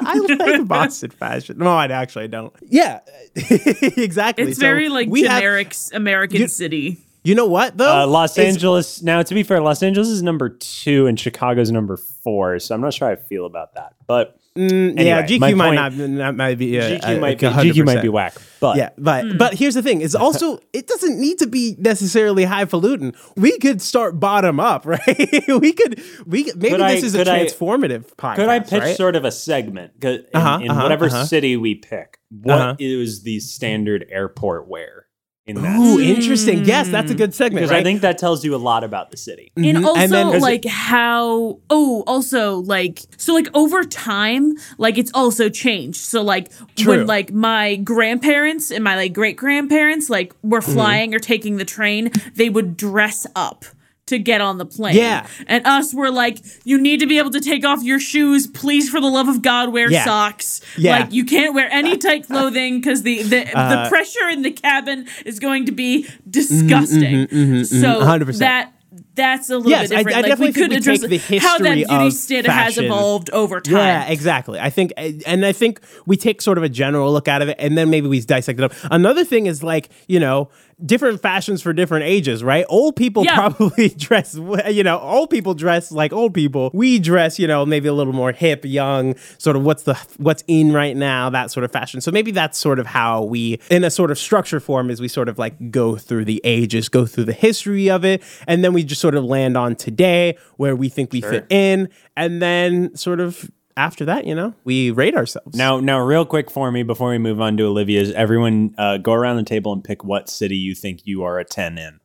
I like Boston fashion. No, I actually don't. Yeah,
Uh,
exactly.
It's
So
very like
we have-
generic s- American
you-
city.
you know what though?
Uh, Los
Is-
Angeles. Now, to be fair, Los Angeles is number two and Chicago's number four. So I'm not sure how I feel about that. But
mm, yeah,
anyway,
GQ
my
might
point-
not, not might be uh,
GQ
uh,
might be
100%.
GQ might be whack. But hmm.
Yeah, but but here's the thing: it's also it doesn't need to be necessarily highfalutin. We could start bottom up, right? we could we could, maybe
Could I-
this is a
could I-
transformative podcast.
could I pitch
right?
sort of a segment 'Cause in,
Uh-huh,
in
uh-huh,
whatever
uh-huh.
city we pick? what is
Uh-huh.
the standard airport wear in that?
Ooh,
city?
interesting. Yes, that's a good segment.
Because
Right?
I think that tells you a lot about the city.
and also
Mm-hmm. then- 'Cause it-
like how oh also like so like over time like it's also changed so like
True.
when like my grandparents and my like great grandparents like were
Mm-hmm.
flying or taking the train they would dress up to get on the plane
Yeah.
and us were like you need to be able to take off your shoes please for the love of god wear
Yeah.
socks
Yeah. Uh,
like you can't wear any tight clothing because the the, the pressure in the cabin is going to be
Mm-hmm,
disgusting so
100%.
that that's a little
Yes, I-
bit different.
I
like
definitely
we
think
could
we
address
take the
how that
history
beauty
of
standard has
fashion.
evolved over time.
Yeah, exactly. I think, and I think we take sort of a general look out of it, and then maybe we dissect it up. Another thing is like you know different fashions for different ages, right? Old people
Yeah.
probably dress, you know, old people dress like old people. We dress, you know, maybe a little more hip, young, sort of what's the what's in right now, that sort of fashion. So maybe that's sort of how we, in a sort of structure form, is we sort of like go through the ages, go through the history of it, and then we just sort of land on today where we think we fit in, and then sort of after that, you know, we rate ourselves.
Now, now, real quick for me before we move on to Olivia's, everyone uh, go around the table and pick what city you think you are a ten in.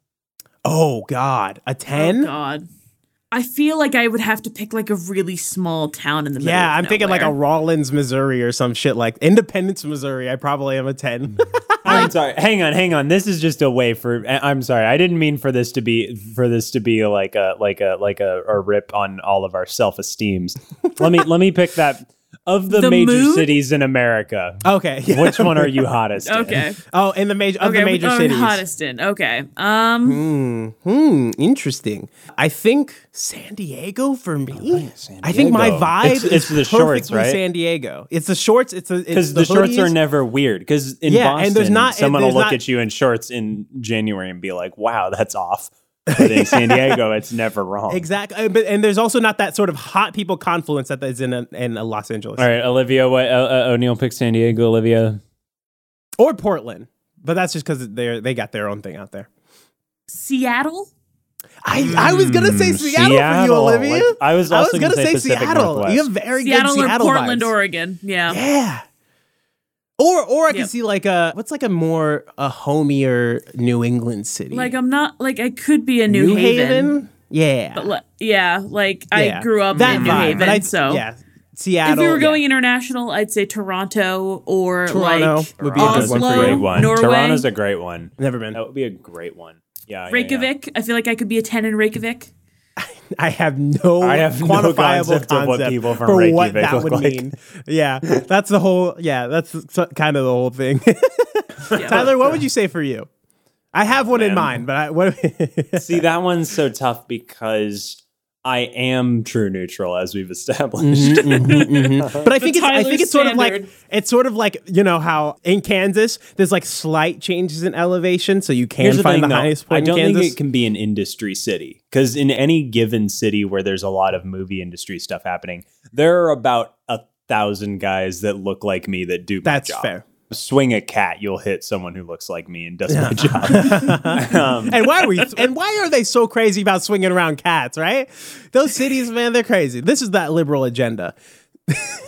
oh God, a ten.
Oh, God, I feel like I would have to pick like a really small town in the middle.
Yeah,
of
I'm thinking like a
nowhere.
Rollins, Missouri, or some shit like Independence, Missouri. I probably am a ten. Ah.
I'm sorry. Hang on, hang on. This is just a way for. I- I'm sorry. I didn't mean for this to be for this to be like a like a like a, a rip on all of our self esteems. let me let me pick that of the,
The
major
mood?
cities in America.
okay. yeah.
Which one are you hottest? in?
Okay.
Oh, in the major of
Okay,
the major
we- oh,
cities.
hottest in. Okay. Um,
Hmm, interesting. I think San Diego for me. I think my
Diego.
vibe
It's- it's
is
the shorts,
perfectly
right?
San Diego. It's the shorts. It's the it's
Because the, shorts are
hoodies.
never weird. Because in
Yeah,
Boston,
and there's not-
someone
there's
will look
not-
at you in shorts in January and be like, "Wow, that's off." But in San Diego, it's never wrong.
exactly. And, uh, but, and there's also not that sort of hot people confluence that is in a, in a Los Angeles
All right, Olivia. What uh, uh, O'Neill picked San Diego. Olivia.
or Portland. But that's just because they they got their own thing out there.
Seattle.
I, I was gonna say
Mm,
Seattle, for you,
Seattle.
Olivia.
Like, I was also
gonna,
gonna say
say
Pacific
Seattle.
Northwest.
You have very
Seattle
good
or
Seattle
Portland,
vibes.
Oregon. Yeah.
Yeah. Or or I can
Yep.
see like a what's like a more a homier New England city.
Like I'm not like I could be a New,
Yeah.
But like, yeah, like
Yeah.
I grew up
that
in New
vibe,
Haven,
but I,
so
yeah. Seattle.
if we were going
yeah.
international, I'd say Toronto or
Toronto
like
would be a good one for
Oslo,
you.
great one.
Norway,
Toronto's a great one.
never been.
That would be a great one. Yeah, yeah, yeah.
Reykjavik. I feel like I could be a ten in Reykjavik.
I have no
I have no
quantifiable
concept of what
concept
people from
for what
Reykjavik
that
look
would
like.
mean. Yeah, that's the whole. Yeah, that's so- kind of the whole thing. Tyler, what would you say for you? I have one in
Man.
mind, but I, what?
See, that one's so tough because I am true neutral, as we've established.
Mm-hmm, But I think it's I
Tyler
think it's sort of like
standard.
it's sort of like you know how in Kansas there's like slight changes in elevation, so you can
Here's the
find
thing,
the
though.
highest
I
point
don't
in Kansas.
think it can be an industry city because in any given city where there's a lot of movie industry stuff happening, there are about a thousand guys that look like me that do my
That's
job.
fair.
Swing a cat, you'll hit someone who looks like me and does my job. Um,
and why were you and why are they so crazy about swinging around cats? Right? Those cities, man, they're crazy. This is that liberal agenda.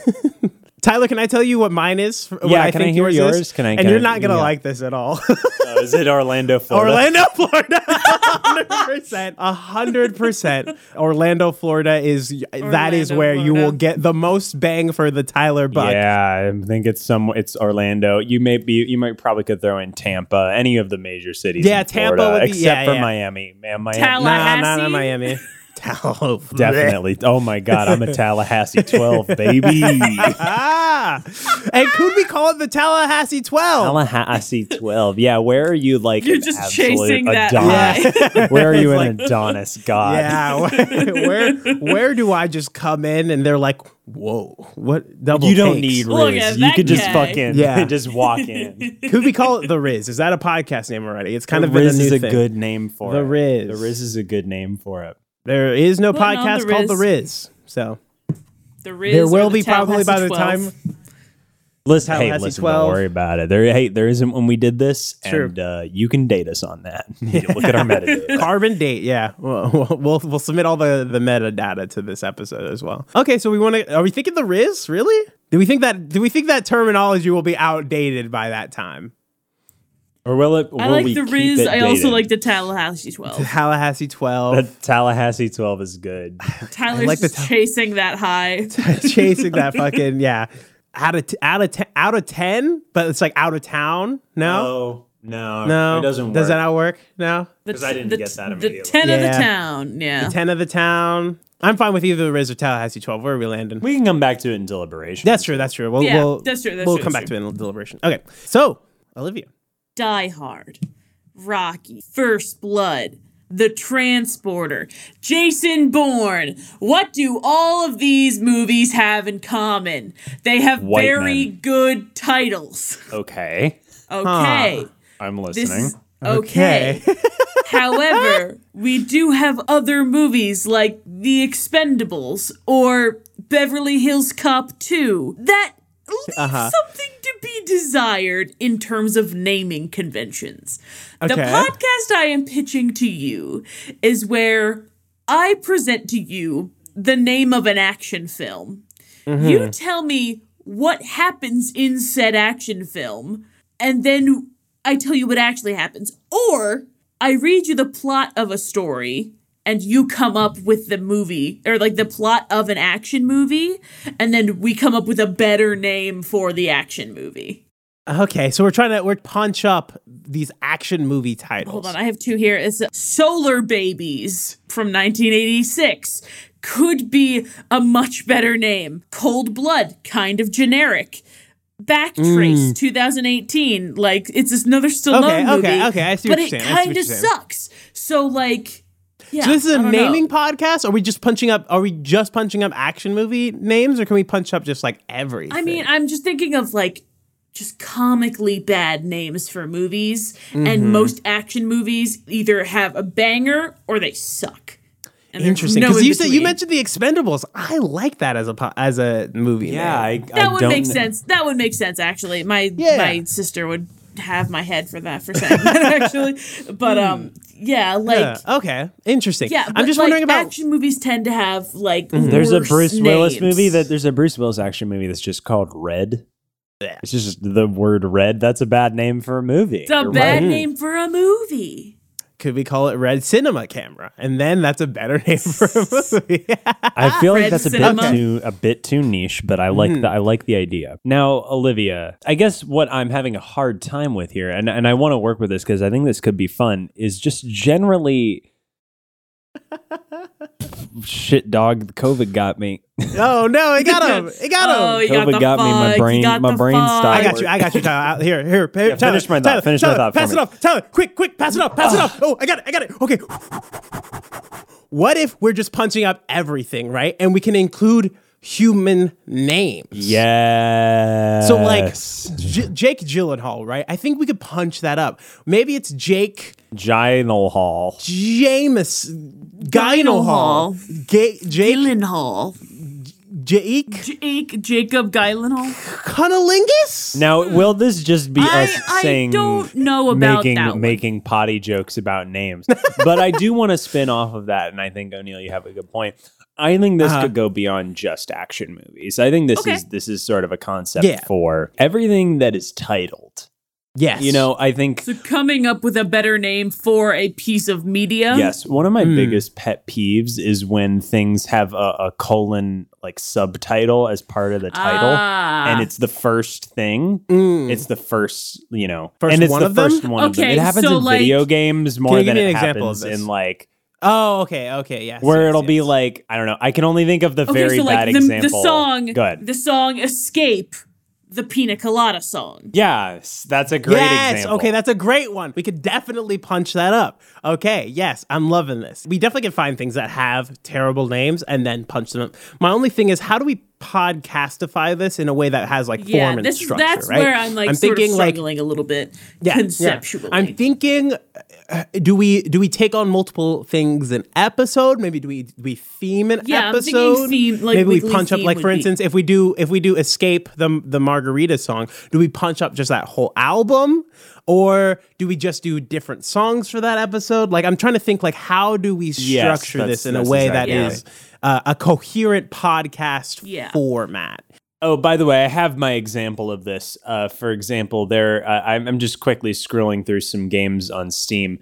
Tyler, can I tell you what mine is? What
Yeah, can I hear
is?
yours? Can I-
And
can
you're
I-
not gonna
yeah.
like this at all.
Uh, is it Orlando, Florida?
Orlando, Florida. 100%. 100%. Orlando, Florida is that is
Orlando,
where you will
Florida.
get the most bang for the Tyler buck.
Yeah, I think it's some. It's Orlando. You may be. You might probably could throw in Tampa. Any of the major cities.
Yeah,
in
Tampa
Florida,
would be-
except
yeah,
for
yeah.
Miami. Man, Miami.
Tala-
Nah, not
Tallahassee?
in Miami. Tallahassee.
Definitely. Oh my God, I'm a Tallahassee 12 baby.
Ah. And could we call it the Tallahassee 12?
Tallahassee 12. Yeah, where are you like
You're
an
just
absolute
chasing that
Adonis?
high.
Where are you
It's
an Adonis god?
Yeah, where, where where do I just come in and they're like, "Whoa, what double?"
You don't
takes?"
need
Look
Riz.
at
You
that
could just
guy.
fucking
Yeah.
just walk in.
Could we call it the Riz? Is that a podcast name already? It's kind
The
of been
Riz
a new
is a
thing.
good name for
The
it.
Riz.
The Riz is a good name for it.
There is no
Well, no,
podcast
the
called
Riz.
the Riz, so
The Riz
there
or
will
the
be probably by the
Tallahassee
time
12.
Listen, hey,
Tallahassee
listen,
12.
don't worry about it. There, hey, there isn't when we did this,
True.
and uh, you can date us on that. You can Look at our metadata.
Carbon date, yeah. We'll, we'll- we'll we'll submit all the the metadata to this episode as well. Okay, so we want to. Are we thinking the Riz? Really? Do we think that? Do we think that terminology will be outdated by that time?
Or will it? Will
I like
we
the
keep
Riz.
it
I also
dated?
like the Tallahassee 12.
Tallahassee twelve,
But Tallahassee 12 is good.
Tyler's
like the
just chasing that high.
chasing that fucking yeah. Out of t- out of t- out of ten, but it's like out of town. No,
Oh, no.
no, Does that not work? No,
Because
I didn't get that
The
immediately.
10 of the
Yeah.
town. Yeah.
ten of the town. I'm fine with either the Riz or Tallahassee twelve. Where are we landing?
we can come back to it in deliberation.
That's true. That's true. We'll,
Yeah,
we'll,
that's true, that's
we'll
true,
come
that's
back to it in deliberation. Okay. So, Olivia.
Die Hard, Rocky, First Blood, The Transporter, Jason Bourne. What do all of these movies have in common? They have
White
very
men.
good titles.
Okay.
Okay.
I'm
This
listening.
is okay. However, we do have other movies like The Expendables or Beverly Hills Cop 2 that leave something to be desired in terms of naming conventions. The
Okay.
podcast I am pitching to you is where I present to you the name of an action film. You tell me what happens in said action film, and then I tell you what actually happens. Or I read you the plot of a story, and you come up with the movie, or like the plot of an action movie, and then we come up with a better name for the action movie.
Okay, so we're trying to we're punch up these action movie titles.
Hold on, I have two here. It's Solar Babies from 1986. Could be a much better name. Cold Blood, kind of generic. Backtrace, 2018. Like, it's just another
Mm.
Stallone
Okay, okay,
movie.
okay, I see
But
what you're
it
saying, I see
kind
what you're
of
saying.
sucks. So, like, yeah.
So this is
I
a
don't know.
naming podcast. Are we just punching up? Are we just punching up action movie names, or can we punch up just like everything?
I mean, I'm just thinking of like just comically bad names for movies,
Mm-hmm.
and most action movies either have a banger or they suck. And there's
interesting
no
because
in
you said you
between.
mentioned the Expendables. I like that as a po- as a movie.
yeah,
name.
I,
that
I
would
don't
make
kn-
sense. That would make sense actually. My
Yeah.
my sister would have my head for that for saying that actually. But
Hmm.
um, yeah, like.
Yeah,
Yeah.
okay, interesting.
but,
I'm just
like,
wondering about.
action movies tend to have like
Mm-hmm. There's a
worse
Bruce Willis
names.
movie that there's a Bruce Willis action movie that's just called Red. It's just the word red. That's a bad name for a movie.
it's a
You're right.
bad name for a movie.
could we call it Red Cinema Camera? And then that's a better name for a movie.
I feel like
Red
that's a bit
Ah, cinema.
too a bit too niche, but I like the I like the idea. Now, Olivia, I guess what I'm having a hard time with here, and and I want to work with this because I think this could be fun, is just generally shit dog. The COVID got me.
oh no, it got him! It got him!
Oh, you got
COVID
the
got me, my
fuck, you
brain-
got
my
the
brain
fuck.
stopped.
I got you. I got you, Tyler. Here, here. here Tyler,
finish my thought,
Tyler,
finish my
Tyler,
thought for
Pass it
me.
off. Tyler, quick, quick. Pass it off. Pass it off. Oh, I got it. I got it. Okay. what if we're just punching up everything, right? And we can include human names.
Yeah.
So like J- Jake Gyllenhaal, right? I think we could punch that up. Maybe it's Jake
Ginal Hall.
James Gyllenhaal, Ga- Jake
Gyllenhaal.
Jake
Jake Jacob Gyllenhaal.
Cunnilingus.
Now, will this just be
Hmm. I-
us
I
saying
don't know about
making
that one.
making potty jokes about names? but I do want to spin off of that, and I think O'Neill, you have a good point. I think this could go beyond just action movies. I think this
Uh-huh. Okay.
is this is sort of a concept
Yeah.
for everything that is titled.
Yes,
You know, I think
So coming up with a better name for a piece of media.
Yes, one of my
hmm.
biggest pet peeves is when things have a, a colon like subtitle as part of the title,
Ah.
and it's the first thing.
Mm.
It's the first, you know,
First
and it's
one
the
of them?
first one. Of them.
Okay,
It happens
so,
in
like-
video games more
you give
than
me an
it
example of
happens
this?
in like
Oh, okay, okay, yes.
where
yes,
it'll be
yes.
like I don't know. I can only think of the
okay,
very
so like
bad
the,
example.
the song
Good.
the song Escape, the Pina Colada song.
yes, that's a great
yes.
example.
Okay, that's a great one. We could definitely punch that up. Okay, yes, I'm loving this. We definitely can find things that have terrible names and then punch them up. My only thing is, how do we podcastify this in a way that has like
Yeah,
form and
this is
structure?
that's
right?
where I'm like sort of struggling a little bit
Yeah, yeah.
conceptually.
I'm thinking, uh, do we do we take on multiple things an episode? Maybe do we do we theme an
Yeah, I'm thinking
episode?
theme, like,
Maybe we
weekly
punch up
theme
like for
would be-
instance, if we do if we do escape the the margarita song, do we punch up just that whole album, or do we just do different songs for that episode? Like I'm trying to think like how do we structure
that's-
this in a
that's
way
exactly
that
right.
is uh, a coherent podcast
Yeah.
format.
Oh, by the way, I have my example of this. Uh, for example, there uh, I'm, I'm just quickly scrolling through some games on Steam.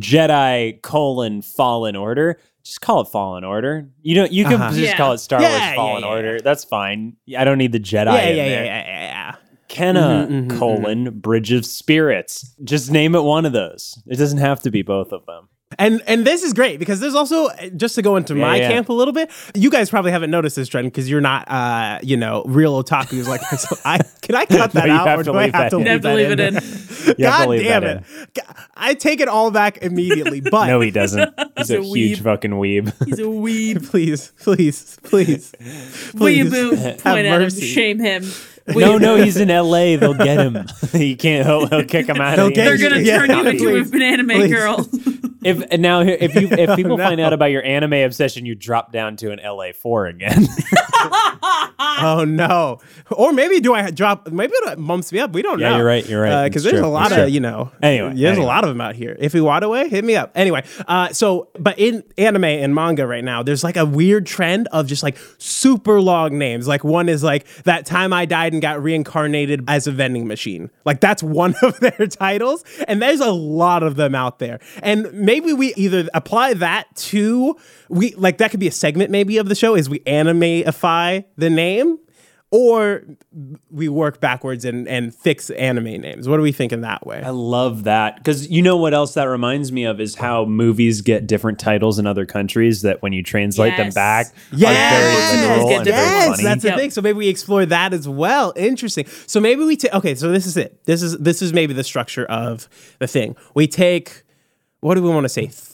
Jedi colon Fallen Order. Just call it Fallen Order. You know, you can
Uh-huh.
just
Yeah.
call it Star
Yeah, yeah,
Wars Fallen
yeah,
Order. That's fine. I don't need the Jedi.
Yeah,
in
yeah, yeah,
there.
yeah, yeah, yeah.
Kenna
Mhm, mhm,
colon Bridge of Spirits. Just name it one of those. It doesn't have to be both of them.
And and this is great because there's also just to go into my
yeah.
camp a little bit. You guys probably haven't noticed this trend because you're not, uh, you know, real otaku's like myself. I can I cut that
you
out
have
or
to
do I
leave
have
that
to
in.
leave
Never
that
leave it
in?
in.
You have to
God
leave
damn
that
it! G- I take it all back immediately. But
No, he doesn't. He's a,
a
huge
weeb.
fucking weeb.
He's a weeb.
please, please, please, please
Weeaboo. Point at him. Shame him.
No,
Weeaboo.
no, he's in L.A. They'll get him. he can't. He'll, he'll kick him out.
They'll
of the
get
They're
industry.
gonna
Yeah,
turn you into a
please,
banana man
please.
girl.
If and now, here- if you if people
no.
find out about your anime obsession, you drop down to an LA four again.
Oh no! Or maybe do I drop? Maybe it bumps me up. We don't
Yeah,
know.
you're right, you're right.
Because
It's
there's
true,
a lot
it's
of
true.
you know.
Anyway,
there's
anyway.
a lot of them out here. If you want away, hit me up. Anyway, uh, so but in anime and manga right now, there's like a weird trend of just like super long names. Like one is like that time I died and got reincarnated as a vending machine. Like that's one of their titles, and there's a lot of them out there. And maybe we either apply that to we like that could be a segment maybe of the show is we animeify the name or we work backwards and, and fix anime names. What do we think in that way?
I love that because you know what else that reminds me of is how movies get different titles in other countries that when you translate them
Yes.
back
Yes,
are very literal
get
and very
different
yes,
funny.
that's the
Yep.
thing. So maybe we explore that as well. Interesting. So maybe we take okay. So this is it. This is this is maybe the structure of the thing. We take what do we want to say? Th-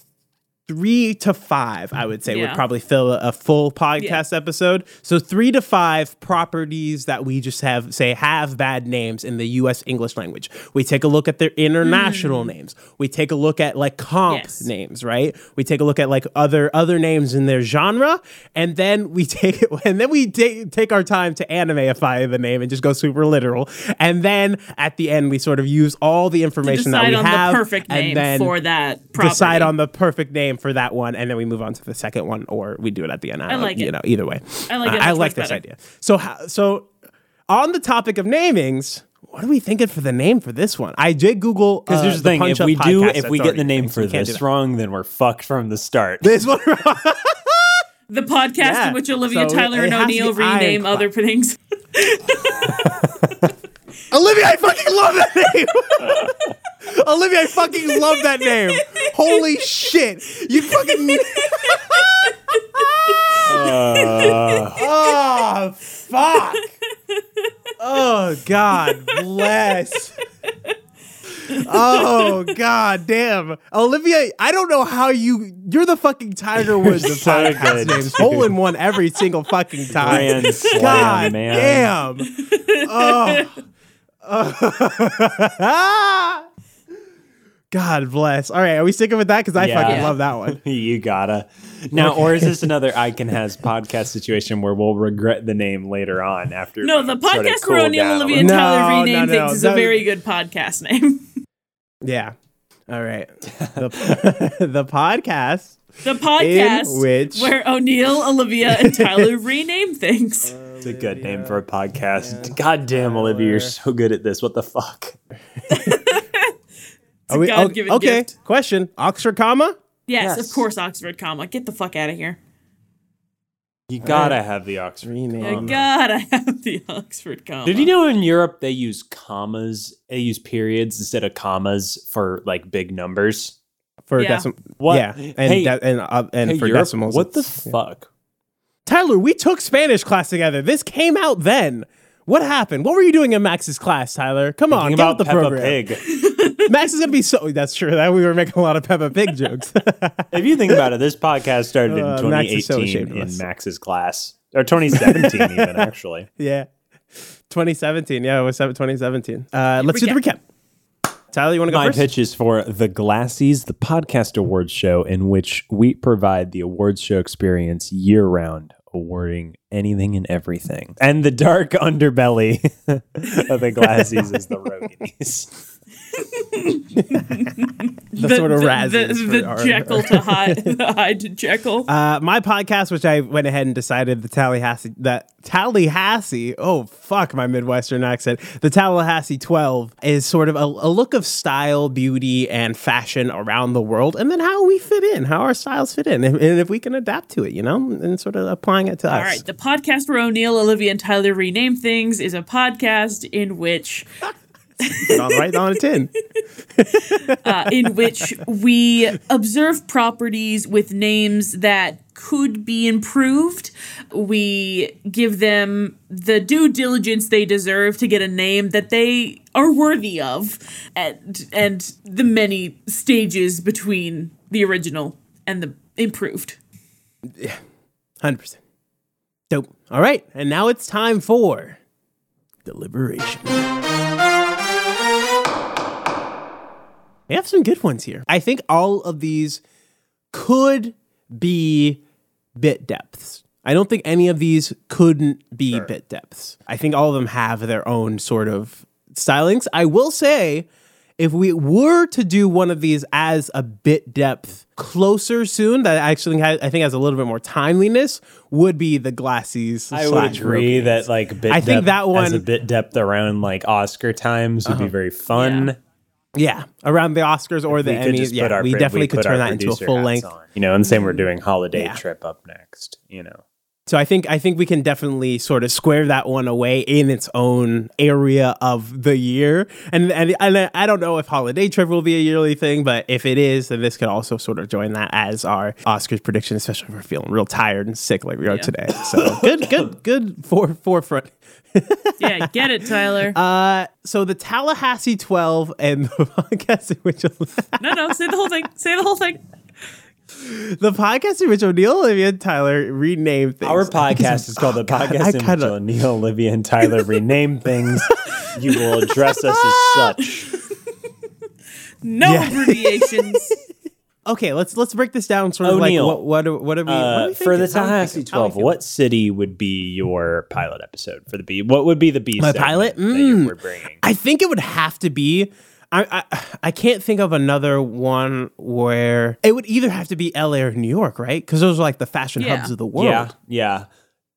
Three to five, I would say,
Yeah.
would probably fill a, a full podcast episode. So three to five properties that we just have say have bad names in the U.S. English language. We take a look at their international
Hmm.
names. We take a look at like comp
Yes.
names names, right? We take a look at like other other names in their genre, and then we take it, and then we take take our time to animeify the name and just go super literal. And then at the end, we sort of use all the information that
Decide
we
on
have,
the perfect
and
name
then
for that property.
decide on the perfect name for that one, and then we move on to the second one, or we do it at the end. I, don't-
like
you
it.
know, either way.
I like it
I like
much, much
this
better.
idea. So how, so on the topic of namings. What are we thinking for the name for this one? I did Google
Because here's
uh,
the thing: if
Punch Up
we do,
podcast
if
that's
we get the
already a
name
thing, so
for
we can't do
this
that.
wrong, then we're fucked from the start.
this one.
the podcast
Yeah,
in which Olivia
so
Tyler
it
and
has to be
O'Neill rename
ironclad.
other things.
Olivia, I fucking love that name. Olivia, I fucking love that name. Holy shit. You fucking.
Uh.
oh, fuck. Oh, God bless. oh god damn olivia i don't know how you you're the fucking tiger woods of
So
podcast
good,
names
dude.
hole in one every single fucking time
Grand slam,
god
man.
damn oh. Oh. god bless all right are we sticking with that because i
Yeah.
fucking
Yeah.
love that one
You gotta. Now, or is this another I Can Has podcast situation where we'll regret the name later on after?
No, the
we've sorta
podcast
cooled
where O'Neill,
down a
Olivia,
little?
and
No,
Tyler
no,
rename
no.
things is a
That-
very good podcast name.
yeah all right the, the podcast
The podcast
which-
where O'Neill, Olivia, and Tyler rename things.
It's a good name for a podcast. God damn, Olivia, you're so good at this. What the fuck?
Are we-
God-given
okay
gift.
question oxford comma
Yes,
Yes.
of course, Oxford comma. Get the fuck out of here.
You gotta have the Oxford.
I
rename
gotta have the Oxford comma.
Did you know in Europe they use commas, they use periods instead of commas for like big numbers?
for
Yeah.
decim-
What?
Yeah, and
Hey-
de- and uh, and
Hey,
for
Europe,
decimals.
What the
it's- yeah.
fuck?
Tyler, we took Spanish class together. This came out then. What happened? What were you doing in Max's class, Tyler? Come on,
Thinking
get with
about
the
Peppa
program.
Pig.
Max is gonna be so. That's true. That we were making a lot of Peppa Pig jokes.
If you think about it, this podcast started in
Uh,
2018
Max is so ashamed of
in
us.
Max's class, or 2017 even actually.
yeah, 2017. Yeah, it was seven- 2017. Uh, let's do the
Recap.
recap. Tyler, you want to go
My
first?
pitch is for the Glassies, the podcast awards show in which we provide the awards show experience year round, awarding anything and everything. And the dark underbelly of the Glassies is the Roganies.
The, sort of razz
the,
is for
the
our-
Jekyll to Hyde, the Hyde to Jekyll.
Uh, my podcast, which I went ahead and decided the Tallahassee, that Tallahassee, oh fuck my Midwestern accent, the Tallahassee 12 is sort of a, a look of style, beauty, and fashion around the world, and then how we fit in, how our styles fit in, and, and if we can adapt to it, you know, and sort of applying it to us.
All right, the podcast where O'Neill, Olivia, and Tyler rename things is a podcast in which
Put on- right on a tin.
uh, in which we observe properties with names that could be improved. We give them the due diligence they deserve to get a name that they are worthy of, and and the many stages between the original and the improved.
100%. Dope. All right, and now it's time for deliberation. We have some good ones here. I think all of these could be bit depths. I don't think any of these couldn't be bit depths. I think all of them have their own sort of stylings. I will say, if we were to do one of these as a bit depth closer soon, that actually has, I think has a little bit more timeliness, would be the Glassies.
I would
slash
agree
Roganies.
that Uh-huh. like bit
I think
depth
that
as
one-
a bit depth around like Oscar times would be very fun.
Yeah, around the Oscars or the
We could
Emmys.
just
Yeah,
put our
we
pr-
definitely could
put
turn
our
that into a
producer
full
hats
length.
on, you know, and saying we're doing holiday
Yeah.
trip up next, you know.
So I think I think we can definitely sort of square that one away in its own area of the year. And and, and I- I don't know if holiday trip will be a yearly thing, but if it is, then this could also sort of join that as our Oscars prediction, especially if we're feeling real tired and sick like we are today. So good, good, good for forefront.
Yeah, get it, Tyler.
Uh, so the Tallahassee Twelve and the podcast in which
no, no, say the whole thing. Say the whole thing.
the podcast in which O'Neill, Olivia, and Tyler rename things.
Our podcast is called the podcast
I
in which
kinda-
O'Neill, Olivia, and Tyler rename things. You will address us as such.
No
Yeah.
abbreviations.
Okay, let's let's break this down. Sort of
O'Neill.
like what what are, what are we, what are
Uh,
we
for the
thinking? How are we
Tallahassee
thinking? How are we
12, what city would be your pilot episode for the B? What would be the B?
My
segment
pilot?
that you
Mm.
were bringing.
I think it would have to be. I, I I can't think of another one where it would either have to be L.A. or New York, right? Because those are like the fashion
Yeah.
hubs of the world.
Yeah, yeah.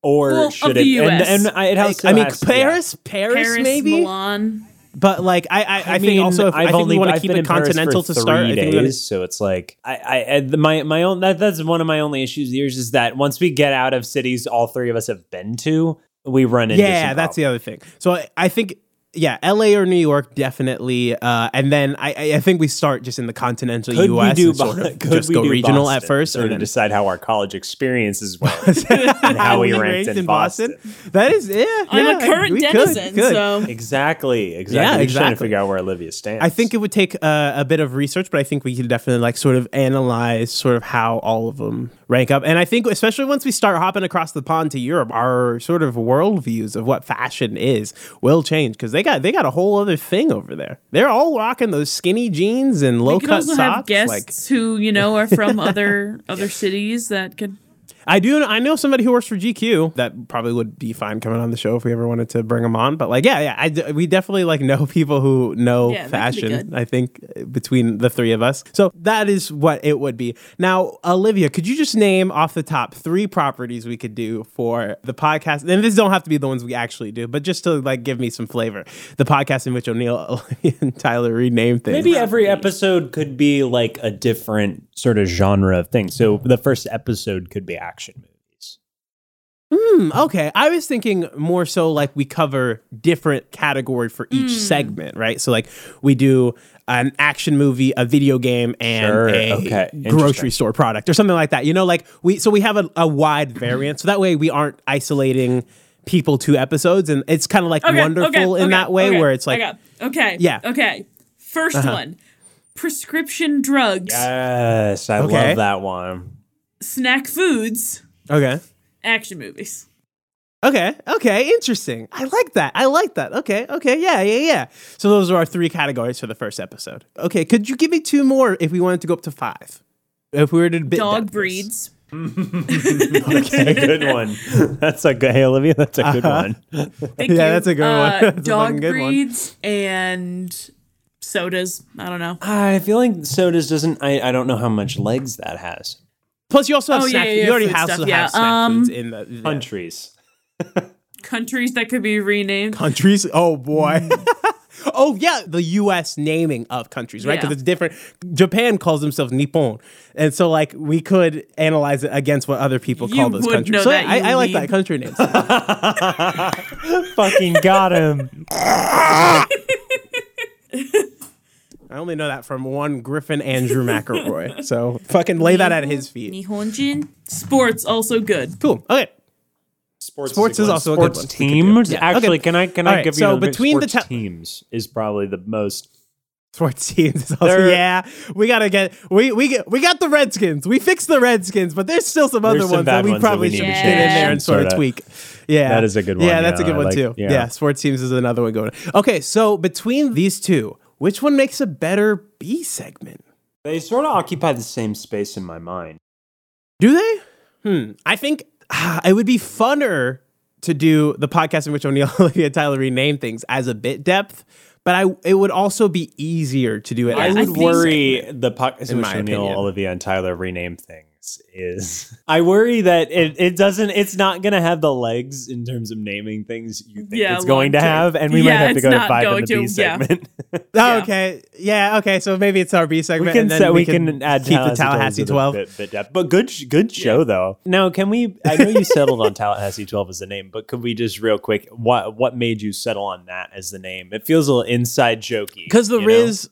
Or
Well, of
should
the
it? and-
US.
And, I, it has.
Like, I mean,
has-
Paris, Paris,
Paris,
maybe,
Milan.
but like I, I, I,
I,
think
mean,
also if,
I've
I think
only,
we want to
I've
keep
been
it
in Paris for
continental to
three
start. I
Days,
think we wanna-
so it's like I, I, I my, my own that, that's one of my only issues of yours is that once we get out of cities, all three of us have been to, we run into.
yeah,
some
that's the other thing. So I, I think yeah, L.A. or New York, definitely. Uh, and then I, I- I think we start just in the continental
Could we
U.S.
do
and sort
Bo-
of
could
just
we
go
do
regional
Boston
at first,
sort
and
of
then
decide how our college experiences were and how we ranked in Boston.
That is, yeah,
I'm
yeah,
a current
we could,
denizen,
could.
so
Exactly, exactly.
Yeah,
We're just trying to
exactly.
figure out where Olivia stands.
I think it would take uh, a bit of research, but I think we can definitely like sort of analyze sort of how all of them rank up. And I think especially once we start hopping across the pond to Europe, our sort of worldviews of what fashion is will change because they got they got a whole other thing over there. They're all rocking those skinny jeans and
we
low
could
cut
also have
socks.
guests
Like
who you know are from other other cities that could.
I do, I know somebody who works for GQ that probably would be fine coming on the show if we ever wanted to bring them on. But like, yeah, yeah, I d- we definitely like know people who know
Yeah, that could
fashion.
be good.
I think uh, between the three of us, so that is what it would be. Now, Olivia, could you just name off the top three properties we could do for the podcast? And this don't have to be the ones we actually do, but just to like give me some flavor, the podcast in which O'Neill Olivia, and Tyler rename things.
Maybe every episode could be like a different sort of genre of thing. So the first episode could be action movies.
Hmm, okay. I was thinking more so like we cover different category for each
Hmm.
segment, right? So like we do an action movie, a video game, and
Sure,
a
okay, interesting.
grocery store product or something like that. You know, like we so we have a, a wide variant. So that way we aren't isolating people to episodes and it's kind of like
Okay,
wonderful
okay,
in
okay,
that way
okay,
where it's
I
like
got- okay,
Yeah. Uh-huh.
okay. 1st one, prescription drugs,
Yes, I
Okay.
love that one.
snack foods,
okay.
action movies.
Okay. Okay. Interesting. I like that. I like that. Okay. Okay. Yeah. Yeah. Yeah. So those are our three categories for the first episode. Okay. Could you give me two more if we wanted to go up to five? If we were to bit
Dog
that.
breeds.
a good one. That's a good. Hey, Olivia, that's a
Uh-huh.
good one.
Thank
Yeah,
you.
that's a good
Uh,
one. That's a fucking
dog
good one.
breeds and sodas. I don't
Uh,
know.
I feel like sodas doesn't. I, I don't know how much legs that has.
Plus, you also have
Oh, yeah,
snack.
yeah, yeah,
you already
food
have,
stuff,
also
yeah.
have snack
Um,
foods in the, the
Countries.
Countries that could be renamed.
countries. Oh boy. oh yeah, the U.S. naming of countries, right?
Yeah.
Because it's different. Japan calls themselves Nippon, and so like we could analyze it against what other people
You
call those
would
countries.
know
so
that,
I,
you
I like that
weeb.
country names.
Fucking got him.
I only know that from one Griffin Andrew McElroy. so fucking lay that at his feet.
Nihonjin. Sports also good.
Cool. Okay.
Sports,
Sports is also a good
sports
one.
teams.
Yeah. Okay.
Actually, can I can
All
I
right,
give you
so
another bit?
between the
sports
te-
teams is probably the most
Sports teams. Is also,
They're-
yeah, we gotta get we we get we got the Redskins. We fixed the Redskins, but there's still some other
some
ones
bad
that we
ones that
probably
we need
should
to
get
change
in there
and
and sort of
sorta-
tweak. Yeah,
That is a good one,
Yeah, that's
yeah,
a good
I
one
like-
too.
yeah.
Yeah. sports teams is another one going. Okay, so between these two, which one makes a better B segment?
They sort of occupy the same space in my mind.
Do they? Hmm. I think ah, it would be funner to do the podcast in which O'Neill, Olivia, and Tyler rename things as a bit depth, but I it would also be easier to do it.
I
as
I
would
think-
worry the podcast
In
in which
my
O'Neill,
opinion.
Olivia, and Tyler rename things is. I worry that it, it doesn't. It's not going to have the legs in terms of naming things you think
Yeah,
it's going to
long-term.
have, and we
Yeah,
might have to
it's
go to
not
five in
going
the B
to, yeah.
segment.
Oh,
Yeah.
okay. Yeah. Okay. So maybe it's our B segment.
we can
and then
set, we can, add
keep the Tallahassee
to the
twelve.
bit- bit depth. But good, sh- good show though. Now, can we? I know you settled on Tallahassee twelve as the name, but could we just real quick? What what made you settle on that as the name? It feels a little inside jokey
Because the
you know?
Riz,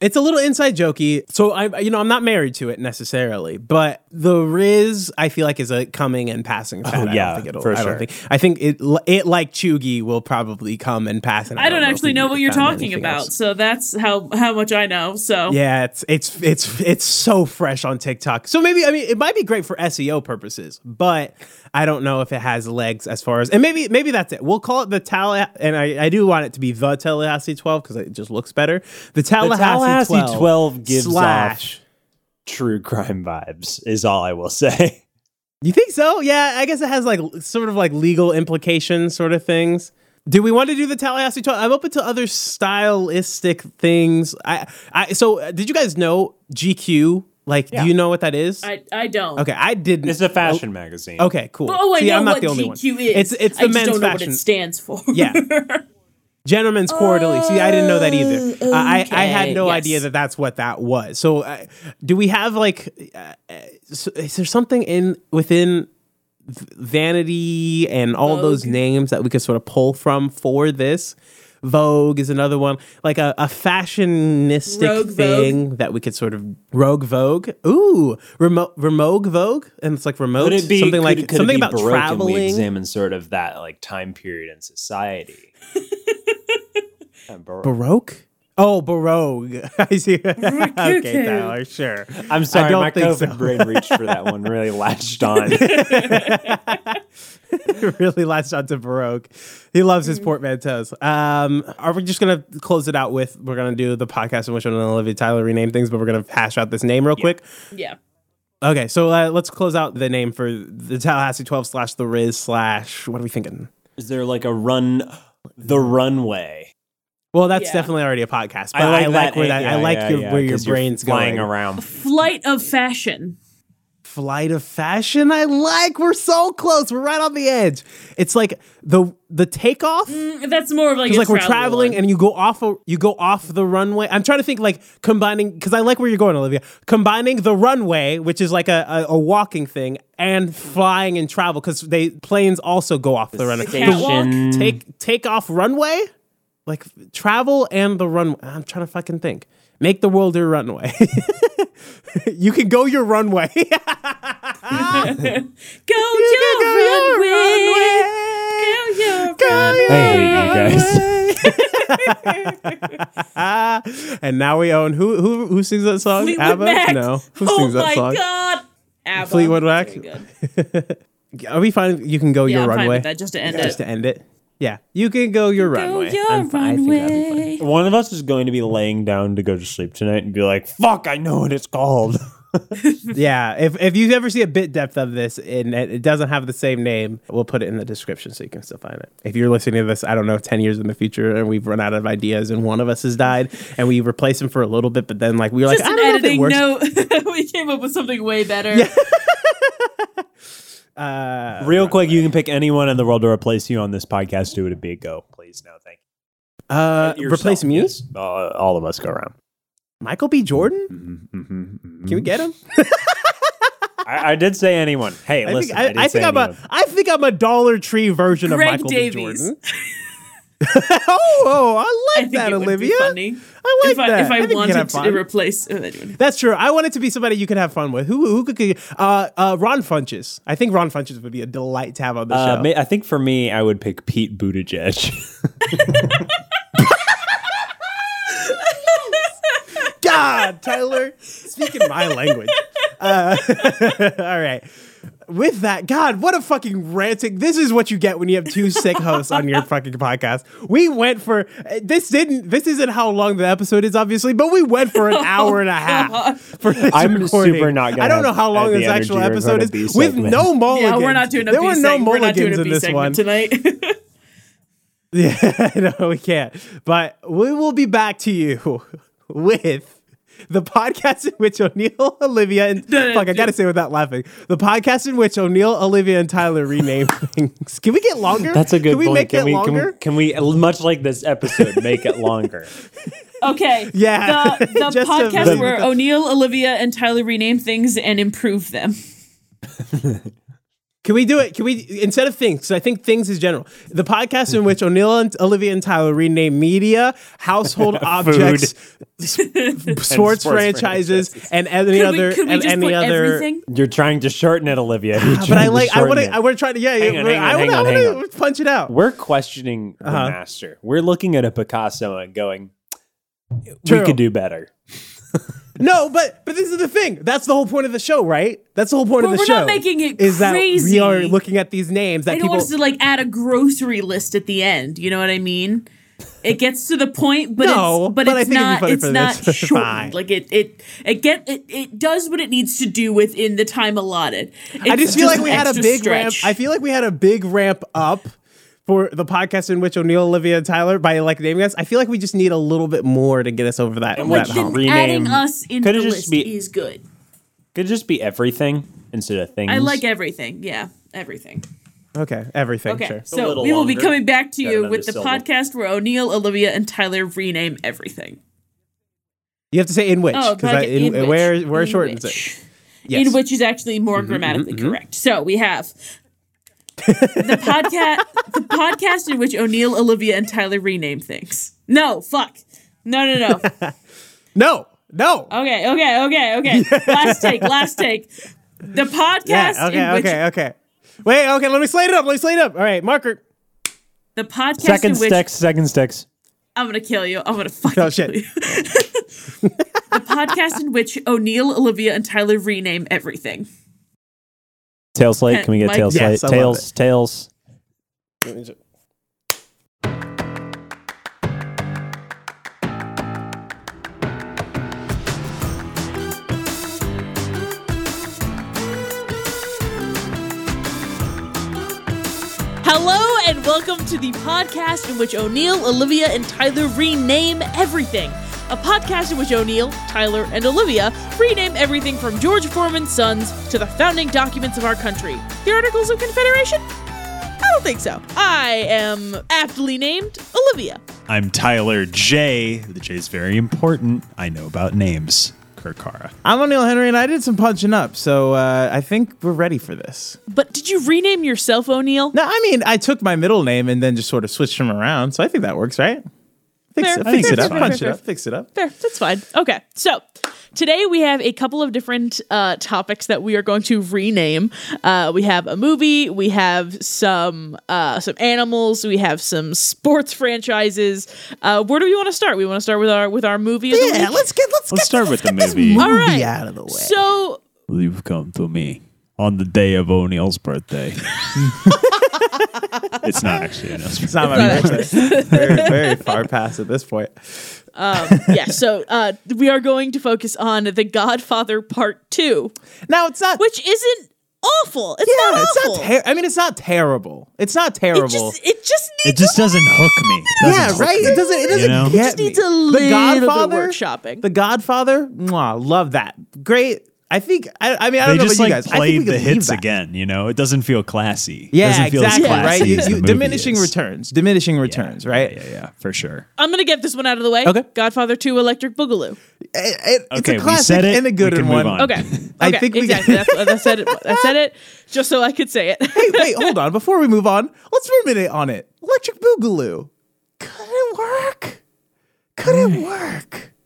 it's a little inside jokey. So I, you know, I'm not married to it necessarily, but the Riz, I feel like is a coming and
Oh,
passing. fad. I don't
yeah,
think it'll-
for
I don't
sure.
think- I think it, it like Chugi will probably come and pass. And
I don't,
if
actually
we
know what you're
found
talking
anything
about,
else.
so that's how how much I know. So
Yeah, it's it's it's it's so fresh on TikTok. So maybe I mean it might be great for SEO purposes, but I don't know if it has legs as far as and maybe maybe that's it. We'll call it the Tallahassee, and I, I do want it to be the Tallahassee 12 because it just looks better. The Tallahassee,
Tallahassee
12,
12 gives
slash.
true crime vibes is all I will say.
You think so? Yeah, I guess it has like l- sort of like legal implications, sort of things. Do we want to do the Tallahassee 12? I'm open to other stylistic things. I, I so uh, did you guys know GQ? Like, do you know what that is?
I I don't.
Okay, I didn't.
It's a fashion magazine.
Okay, cool.
Oh, I
See,
know
I'm not
what
the only
GQ
one. It's
is.
it's the
I
men's
just don't know
fashion.
what it stands for.
Yeah. Gentlemen's Quarterly. See, I didn't know that either. Uh, I I had
okay,
no
yes.
idea that that's what that was. So, uh, do we have like, uh, uh, so- is there something in within v- Vanity and all those names that we could sort of pull from for this? Vogue is another one. Like a, a fashionistic
Rogue Vogue.
thing that we could sort of rogue Vogue. Ooh, remote remote Vogue, and it's like remote.
Would it be
something
could-
like
could it
something
be
about
Baroque and We
traveling?
examine sort of that like time period in society. Uh, Bar-
Baroque. Oh, Baroque. I see. okay,
okay.
Tyler. Sure.
I'm sorry,
don't
my
think
COVID
so.
brain reached for that one, really latched on.
really latched onto Baroque. He loves
Mm.
his portmanteaus. Um, are we just gonna close it out with we're gonna do the podcast in which I'm gonna Olivia Tyler rename things, but we're gonna hash out this name real quick.
Yeah.
Okay, so uh, let's close out the name for the Tallahassee 12 slash the Riz slash what are we thinking?
Is there like a run, the runway?
Well, that's
Yeah.
definitely already a podcast, but I like, where that I
yeah,
like
yeah,
your,
yeah,
where your
'cause you're
brain's
flying
going.
around.
Flight of fashion.
flight of fashion I like. We're so close. We're right on the edge. It's like the the takeoff.
That's more of like a
It's like we're
Mm, travel
traveling
one.
and you go off a, you go off the runway. I'm trying to think like combining because I like where you're going, Olivia. Combining the runway, which is like a, a, a walking thing, and flying and travel because they planes also go off the, runway.
catwalk.
Station.
Take take off runway, like travel and the runway. I'm trying to fucking think. Make the world your runway. you can go your runway. You
Go
can
your
go
runway.
runway.
Go your
Go
runway.
your
Hey, you guys.
and now we own who who who sings that song?
Fleetwood
ABBA?
Mac.
No. Who
oh
sings that
my
song?
god. ABBA.
Fleetwood Mac?
Very good.
Are we fine? You can go your
Yeah, I'm fine
runway.
with that just to end
Just
it.
to end it. Yeah. You can go your
Go
runway.
your
I'm fine. I think that'd be fine.
runway.
One of us is going to be laying down to go to sleep tonight and be like, "Fuck, I know what it's called."
Yeah. If if you ever see a bit depth of this and it it doesn't have the same name, we'll put it in the description so you can still find it. If you're listening to this, I don't know, ten years in the future, and we've run out of ideas, and one of us has died, and we replace him for a little bit, but then like we were
Just
like, I
an
don't know if it
editing
works.
note. we came up with something way better.
Uh,
Real quick, you can pick anyone in the world to replace you on this podcast. Who would it be? Go, please, no, thank
uh,
you.
replace
Yourself,
me,
yes. Uh, all of us go around.
Michael B. Jordan. Can we get him?
Mm-hmm. I, I did say anyone. Hey,
I
listen,
think, I,
did
I
say
think I'm a
anyone.
I think I'm a Dollar Tree version
Greg
of Michael
Davies.
B. Jordan. oh, oh, I
I
like
think
that,
it would
Olivia.
be funny.
I like
if I,
that.
if I,
think we can have
wanted to
fun.
replace oh, anyway.
That's true. I want it to be somebody you can have fun with. Who who could uh uh Ron Funches. I think Ron Funches would be a delight to have on the
Uh,
show.
ma- I think for me, I would pick Pete Buttigieg.
God, Tyler, speaking my language. Uh, all right. With that, God, what a fucking ranting. This is what you get when you have two sick hosts on your fucking podcast. We went for uh, this didn't this isn't how long the episode is, obviously, but we went for an
Oh,
hour and a half for this
I'm
recording.
super not gonna
I don't know how
have-
long
have the
this actual
energy to record
episode
a
is.
B
With
segment.
no mulligans.
Yeah, we're not doing a
There
B
were no
segment. We're not doing
mulligans
a
in
B
this one.
segment tonight.
Yeah, no, we can't. But we will be back to you with the podcast in which O'Neill, Olivia, and
No, no,
fuck, I
no.
gotta say without laughing, the podcast in which O'Neill, Olivia, and Tyler rename things. Can we get longer?
That's a good
Can we
point.
make
can,
it
we, can we-
longer?
can we, much like this episode, make it longer?
okay.
Yeah.
The, the
Just a-
podcast
the-
where O'Neill, Olivia, and Tyler rename things and improve them.
Can we do it? Can we instead of things? Because I think things is general. The podcast in which O'Neill and Olivia and Tyler rename media, household objects, s- sports,
sports
franchises, and any
Could
other
we, could we
and
just
any
put
other
everything?
You're trying to shorten it, Olivia. You're
Ah, but
trying
I
to
like. I
shorten
want
it.
to. I want to try to. Yeah,
Hang
yeah,
on, hang on,
I
hang on,
want
hang
to. I
on.
want to punch it out.
We're questioning the
Uh-huh.
master. We're looking at a Picasso and going,
True.
"We could do better."
No, but but this is the thing. That's the whole point of the show, right? That's the whole point
But
of the
we're
show.
not making it
is that we
crazy.
are looking at these names that
I don't
people.
want us to like add a grocery list at the end. You know what I mean? It gets to the point, but
No,
it's but,
but I think it'd
it's
be
not
funny
it's
for
not
this. Fine.
shortened. Like it it it get it, it does what it needs to do within the time allotted.
I
It's
just feel like
an
we had a
extra
big ramp.
stretch.
I feel like we had a big ramp up for the podcast in which O'Neill, Olivia, and Tyler by like naming us. I feel like we just need a little bit more to get us over that.
Like
that
the-
hump.
then
rename-
adding us into
Could it
the
just
list
be-
is good.
Could just be everything instead of things.
I like everything. Yeah, everything.
okay, everything.
Okay,
Sure.
so
little
we will be
longer.
coming back to
Got
you
another
with the
syllable.
podcast where O'Neill, Olivia, and Tyler rename everything.
You have to say in which
Oh,
because I in,
which,
where where
in
shortens it.
which.
Yes. Mm-hmm,
In which is actually more grammatically correct. So we have The podcast, the podcast in which O'Neill, Olivia, and Tyler rename things. No, fuck. No, no, no.
No, no.
Okay, okay, okay, okay. Last take, last take. The podcast
yeah, okay,
in which
okay, okay. Wait, okay, let me slate it up. Let me slate it up. All right, marker.
the podcast
Second
in which
sticks, second sticks.
I'm gonna kill you. I'm gonna fucking
Oh, shit.
kill you. the podcast in which O'Neill, Olivia, and Tyler rename everything.
Tail slate. Can we get
Mike-
tail slate?
Yes, I love
tails, tails.
Hello and welcome to the podcast in which O'Neill, Olivia, and Tyler rename everything. A podcast in which O'Neill, Tyler, and Olivia rename everything from George Foreman's sons to the founding documents of our country. The Articles of Confederation? I don't think so. I am aptly named Olivia.
I'm Tyler J. The J is very important. I know about names. Kirkara.
I'm O'Neill Henry, and I did some punching up, so uh, I think we're ready for this.
But did you rename yourself O'Neill?
No, I mean, I took my middle name and then just sort of switched them around, so I think that works, right? Fix,
Fair.
it,
I
fix
think
it
that's
up,
fine.
punch it up, fix it up.
Fair. That's fine. Okay. So today we have a couple of different uh, topics that we are going to rename. Uh, we have a movie. We have some uh, some animals. We have some sports franchises. Uh, where do we want to start? We want to start with our with our movie. Of the week?
get let's,
Let's start with the movie.
All right.
out of the way.
So
You've come to me on the day of O'Neill's birthday. it's not actually O'Neill's birthday.
it's not my birthday. very, very far past at this point.
yeah. So uh, we are going to focus on The Godfather Part Two,
No, it's not.
which isn't awful. It's
yeah,
not awful.
it's not. Ter- I mean, it's not terrible. It's not
it
terrible.
just it just
It
needs
just doesn't hook me. It doesn't
yeah,
hook
right.
me.
It doesn't. It doesn't
You know?
get
just
me.
needs a little bit of workshopping.
The Godfather. Mwah, love that. Great. I think. I, I mean, I don't
They
know
just
about
like
you guys. I think we
played
could
the
leave
hits
that.
again. You know, it doesn't feel classy. It
Yeah,
doesn't feel
exactly.
As classy
Right. You-
as the
you-
movie
diminishing
is.
returns. Diminishing returns. right.
Yeah, yeah, for sure.
I'm gonna get this one out of the way.
Okay.
Godfather 2 Electric Boogaloo.
It- it- it's
Okay,
a
we
classic
said it,
and a
we
good
can move
one.
on.
Okay.
I
Okay,
think we-
exactly. That's, I said it. I said it just so I could say it.
Hey, wait, hold on. Before we move on, let's for a minute on it. Electric Boogaloo. Could it work? Could it work?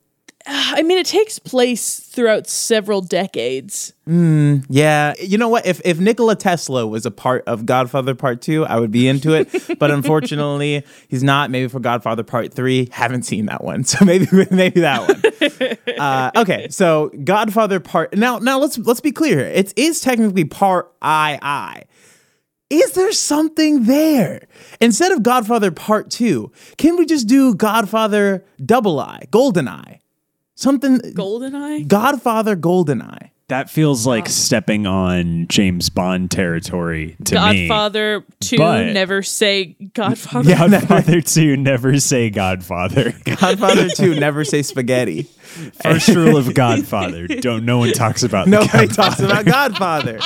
I mean, it takes place throughout several decades.
Yeah, you know what? If if Nikola Tesla was a part of Godfather Part Two, I would be into it. but unfortunately, he's not. Maybe for Godfather Part Three, haven't seen that one. So maybe maybe that one. Uh, okay, so Godfather Part now now let's let's be clear here. It is technically Part I I. Is there something there instead of Godfather Part Two? Can we just do Godfather Double I, Golden Eye, something?
Goldeneye.
Godfather Golden Eye.
That feels like stepping on James Bond territory to me.
Godfather 2
But-
never say Godfather.
Godfather 2, never say Godfather.
Godfather 2, never say spaghetti.
First rule of Godfather, don't no one talks about the
Nobody talks about Godfather.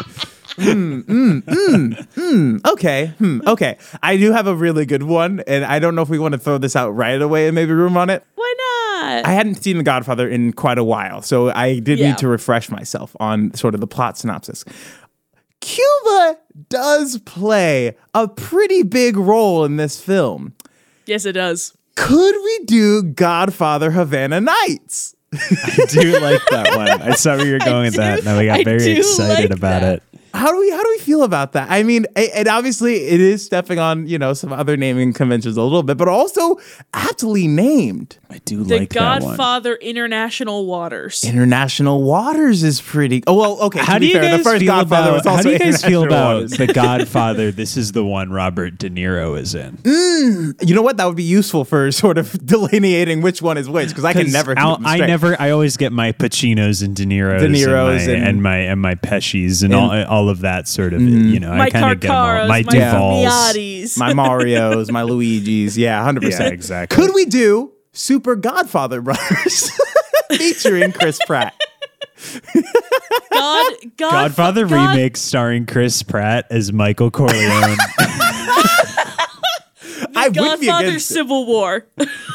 Mm, mm, mm, mm. Okay. Hmm. Okay. I do have a really good one, and I don't know if we want to throw this out right away and maybe room on it.
Why
I
not?
hadn't seen The Godfather in quite a while, so I did
Yeah.
need to refresh myself on sort of the plot synopsis. Cuba does play a pretty big role in this film.
Yes, it does.
Could we do Godfather Havana Nights?
I do like that one. I saw where you're going with that, and I got
I
very
do like
excited about
that.
it.
How do we how do we feel about that? I mean, a- and obviously it is stepping on you know some other naming conventions a little bit, but also aptly named.
I do
The
like that one.
Godfather International Waters.
International Waters is pretty. Oh well, okay.
How
to
do
be
you
fair,
guys
the first
feel
Godfather
about,
was also
how do you guys feel
International
about
Waters.
the Godfather? This is the one Robert De Niro is in.
Mm. You know what? That would be useful for sort of delineating which one is which because I can
'Cause
never. Keep
I'll-
them
I
straight.
never. I always get my Pacinos and De Niro's,
De Niro's
and, my,
and-
and, my and my Pesci's and, all all of that sort of.
Mm.
You know,
my
I kind of get them all.
Carcaros,
My
my
Duvals.
Miatis.
My Mario's, my Luigi's. Yeah, hundred
Yeah,
percent.
exactly.
Could we do Super Godfather Brothers featuring Chris Pratt?
God, God,
Godfather
God-
remake starring Chris Pratt as Michael Corleone.
I would be
Godfather
against it.
Civil War.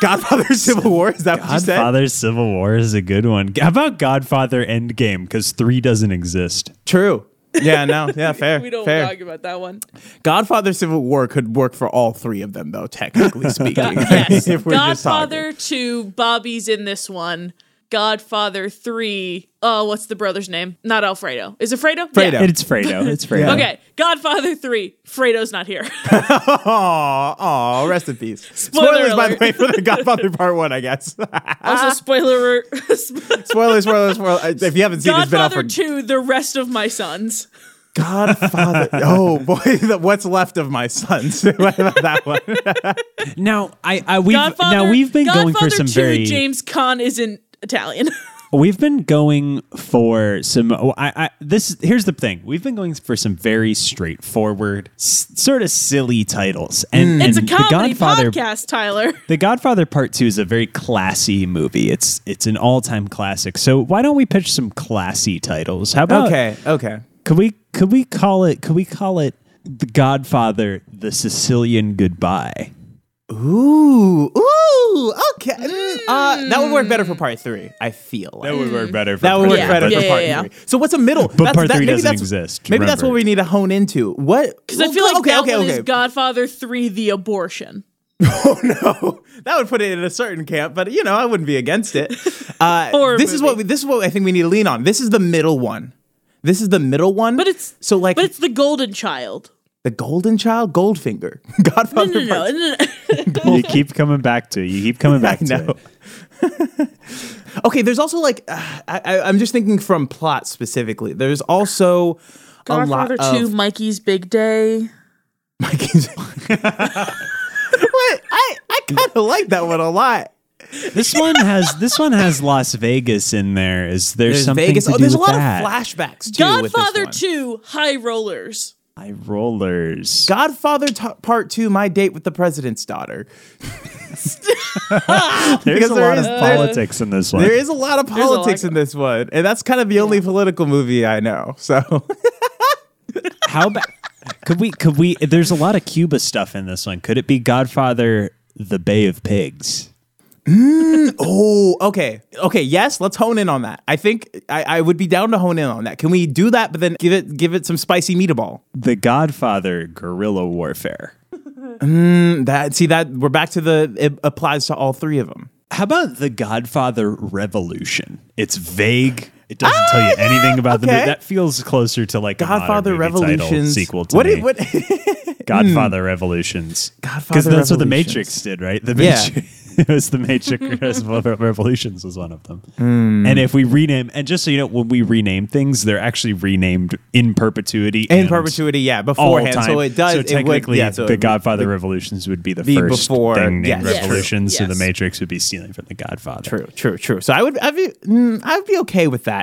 Godfather Civil War. Is that what you said?
Godfather Civil War is a good one. How about Godfather Endgame? Because three doesn't exist.
True. Yeah, no, yeah, fair.
we don't
fair.
talk about that one.
Godfather Civil War could work for all three of them, though, technically speaking.
Yes.
If we're just talking.
Godfather 2, Bobby's in this one. Godfather 3, oh, what's the brother's name? Not Alfredo. Is it Fredo?
Fredo.
Yeah.
It's Fredo. It's Fredo.
Okay, Godfather 3, Fredo's not here.
Aw, aw, rest in peace.
Spoiler
Spoilers, by the
alert.
way, for the Godfather Part 1, I guess.
also, spoiler
spoilers, spoilers, spoilers. If you haven't seen it, it's been out
Godfather
for
2, The Rest of My Sons.
Godfather. oh, boy, the, what's left of my sons. What about that one?
Now I, I we've
Godfather,
now we've been going for
Godfather
some
2,
very
James Caan isn't Italian.
We've been going for some. oh, I, I this here's the thing. We've been going for some very straightforward, s- sort of silly titles, and,
Mm. it's a
and
comedy
The Godfather.
podcast, Tyler.
The Godfather Part Two is a very classy movie. It's it's an all time classic. So why don't we pitch some classy titles? How
Oh.
about
okay, okay.
Could we could we call it could we call it The Godfather: The Sicilian Goodbye?
Ooh, ooh, okay. Mm, Uh, that would work better for part three, I feel like.
would work better. For
That would work
Yeah.
better
Yeah,
for
yeah,
part
yeah.
three. So what's a middle? But
part three doesn't exist,
Maybe that's what
remember.
we need to hone into. What?
Because I feel like that one is Godfather 3, The Abortion.
Oh no, that would put it in a certain camp, but you know I wouldn't be against it. Uh,
Horror
this is what
movie.
we, this is what I think we need to lean on. This is the middle one. This is the middle one.
But it's-
so like
But it's The Golden Child.
the Golden Child, Goldfinger,
No,
Godfather.
no, no.
Part-
no, no.
you keep coming back to. You keep coming back
I
to.
know.
It.
Okay, there's also like uh, I, I, I'm just thinking from plot specifically. There's also a lot
Godfather
of
2, Mikey's Big Day.
Mikey's. what I I kind of like that one a lot.
This one has this one has Las Vegas in there. Is there
There's
something
Vegas.
to
Oh,
do
there's a
with
lot
that?
of flashbacks too. with this
Godfather
one.
2, High Rollers.
High rollers.
Godfather t- Part Two: My Date with the President's Daughter.
There's
because
a
there
lot
is-
of
there-
politics in this one.
There is a lot of
lot
politics in this one, and that's kind of the only political movie I know. So
How about could we could we? There's a lot of Cuba stuff in this one. Could it be Godfather: The Bay of Pigs?
Oh, okay. Okay, yes, let's hone in on that. I think I, I would be down to hone in on that. Can we do that, but then give it give it some spicy meatball?
The Godfather: Guerrilla Warfare.
That see that we're back to the it applies to all three of them.
How about The Godfather: Revolution? It's vague. It doesn't tell you anything about the
Ah, okay.
movie. That feels closer to like a modern
Godfather
movie title
Revolutions.
sequel to
what,
me.
it- what hmm.
Godfather Revolutions.
Godfather
that's what the
Revolutions.
Matrix did, right? The
Yeah.
Matrix. it was the Matrix Rev- Revolutions was one of them.
Hmm.
And if we rename, and just so you know, when we rename things, they're actually renamed in perpetuity.
in
and
perpetuity, yeah,
all
beforehand.
time.
So it does it
So
would-
technically,
yeah, so it
the
would-
Godfather Revolutions would be the
be
first
before-
thing named
yes, true.
Revolutions. So
Yes.
the Matrix would be stealing from the Godfather.
True, true, true. So I would I'd be mm, I'd be okay with that.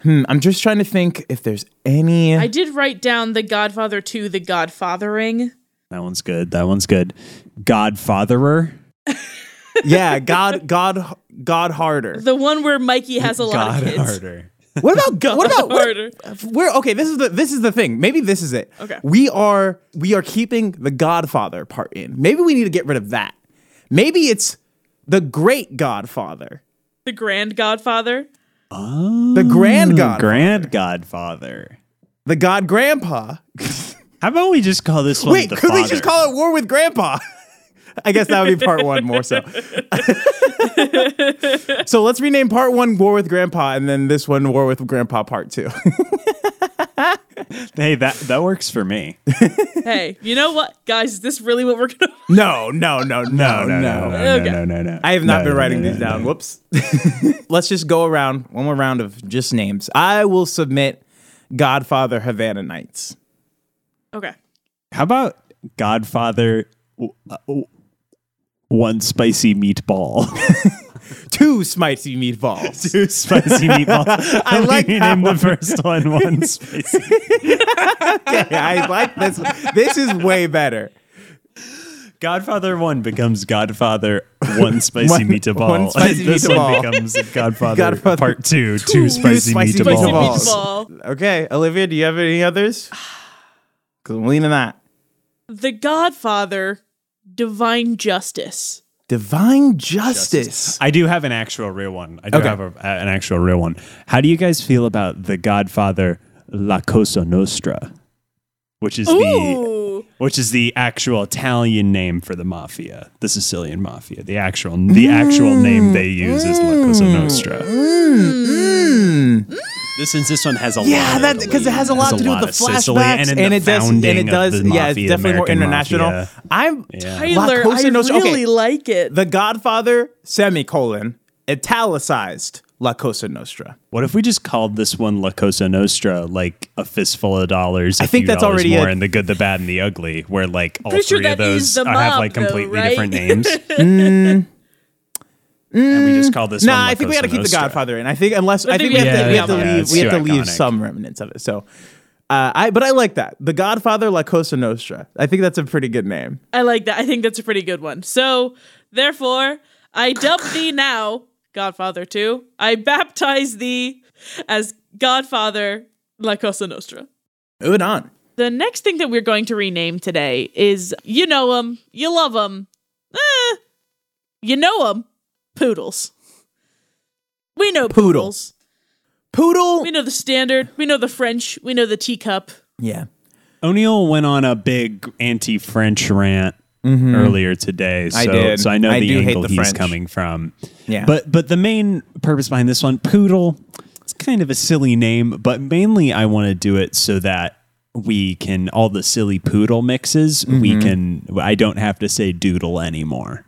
Hmm, I'm just trying to think if there's any
I did write down The Godfather 2, The Godfathering.
That one's good. That one's good. Godfatherer.
Yeah, God God God harder.
The one where Mikey has a lot of kids.
Godharder.
What about what about
harder.
what, we're okay? This is the this is the thing. Maybe this is it.
Okay.
we are we are keeping the Godfather part in. Maybe we need to get rid of that. Maybe it's the Great Godfather,
The Grand Godfather.
the Grand God,
God, Mm. Grand Godfather.
the God Grandpa.
How about we just call this one
Wait,
the
could we
Father?
just call it War with Grandpa? I guess that would be part one more so. so let's rename part one War with Grandpa, and then this one War with Grandpa part two.
Hey, that that works for me.
Hey, you know what, guys? Is this really what we're gonna?
no, no, no, Oh, no, no, no.
Okay.
no, no, no.
I have not
No,
been
no,
writing
no,
these
no,
down.
no.
Whoops. Let's just go around one more round of just names. I will submit Godfather Havana Nights.
Okay.
How about Godfather? w- uh, w- One spicy meatball.
Two spicy meatballs.
Two spicy meatballs. I
like
you
that
named the first one one spicy.
I like this. This is way better.
Godfather one becomes Godfather one spicy
One-
meatball.
one spicy
this
meatball.
one becomes Godfather,
Godfather-
part two, two spicy,
spicy
Spicy
Balls.
meatball.
Okay, Olivia, do you have any others? Because I'm leaning that.
The Godfather. Divine Justice.
Divine Justice.
I do have an actual real one. I do
Okay.
have a, an actual real one. How do you guys feel about The Godfather La Cosa Nostra, which is the
Ooh.
which is the actual Italian name for the mafia, the Sicilian mafia. The actual the
Mm.
actual name they use is La Cosa Nostra. This since this one has a
Mm. Yeah,
lot
that
of
because it
Italy,
has a lot to do with
lot
the
of Sicily,
flashbacks, and,
in the
it does, and
founding
it
of
does,
the
yeah,
mafia,
it's definitely more
American
international.
mafia.
I'm
Yeah.
Tyler, I
Cosa Nostra- okay.
really like it.
The Godfather semicolon italicized La Cosa Nostra.
What if we just called this one La Cosa Nostra, like a fistful of dollars? I
think that's already
more
a-
in the good, the bad, and the ugly, where like all
Pretty sure
three of
that
those
is the
uh, have
mob,
like
though,
completely
right?
different names. Mm. And we just call this. one
Nah,
La
I think we got to
Cosa
keep the
Nostra.
Godfather in. I think unless I think
think
we have
we have
to
to
we have to
leave it.
Yeah,
leave
it's
we have
too
to leave
iconic.
some remnants of it. So. Uh, I but I like that the Godfather La Cosa Nostra. I think that's a pretty good name.
I like that. I think that's a pretty good one. So, therefore, I dub thee now, Godfather 2. I baptize thee as Godfather La Cosa Nostra.
Moving on.
The next thing that we're going to rename today is you know them, you love them, eh, you know them, poodles. We know
Poodle.
poodles.
Poodle.
We know the standard. We know the French. We know the teacup.
Yeah.
O'Neill went on a big anti-French rant earlier today, so
Mm-hmm. I did.
so I know
I do
the
hate
angle
the
he's
French.
coming from.
Yeah.
but but the main purpose behind this one, poodle, it's kind of a silly name, but mainly I want to do it so that we can all the silly poodle mixes. We can. I don't have to say doodle anymore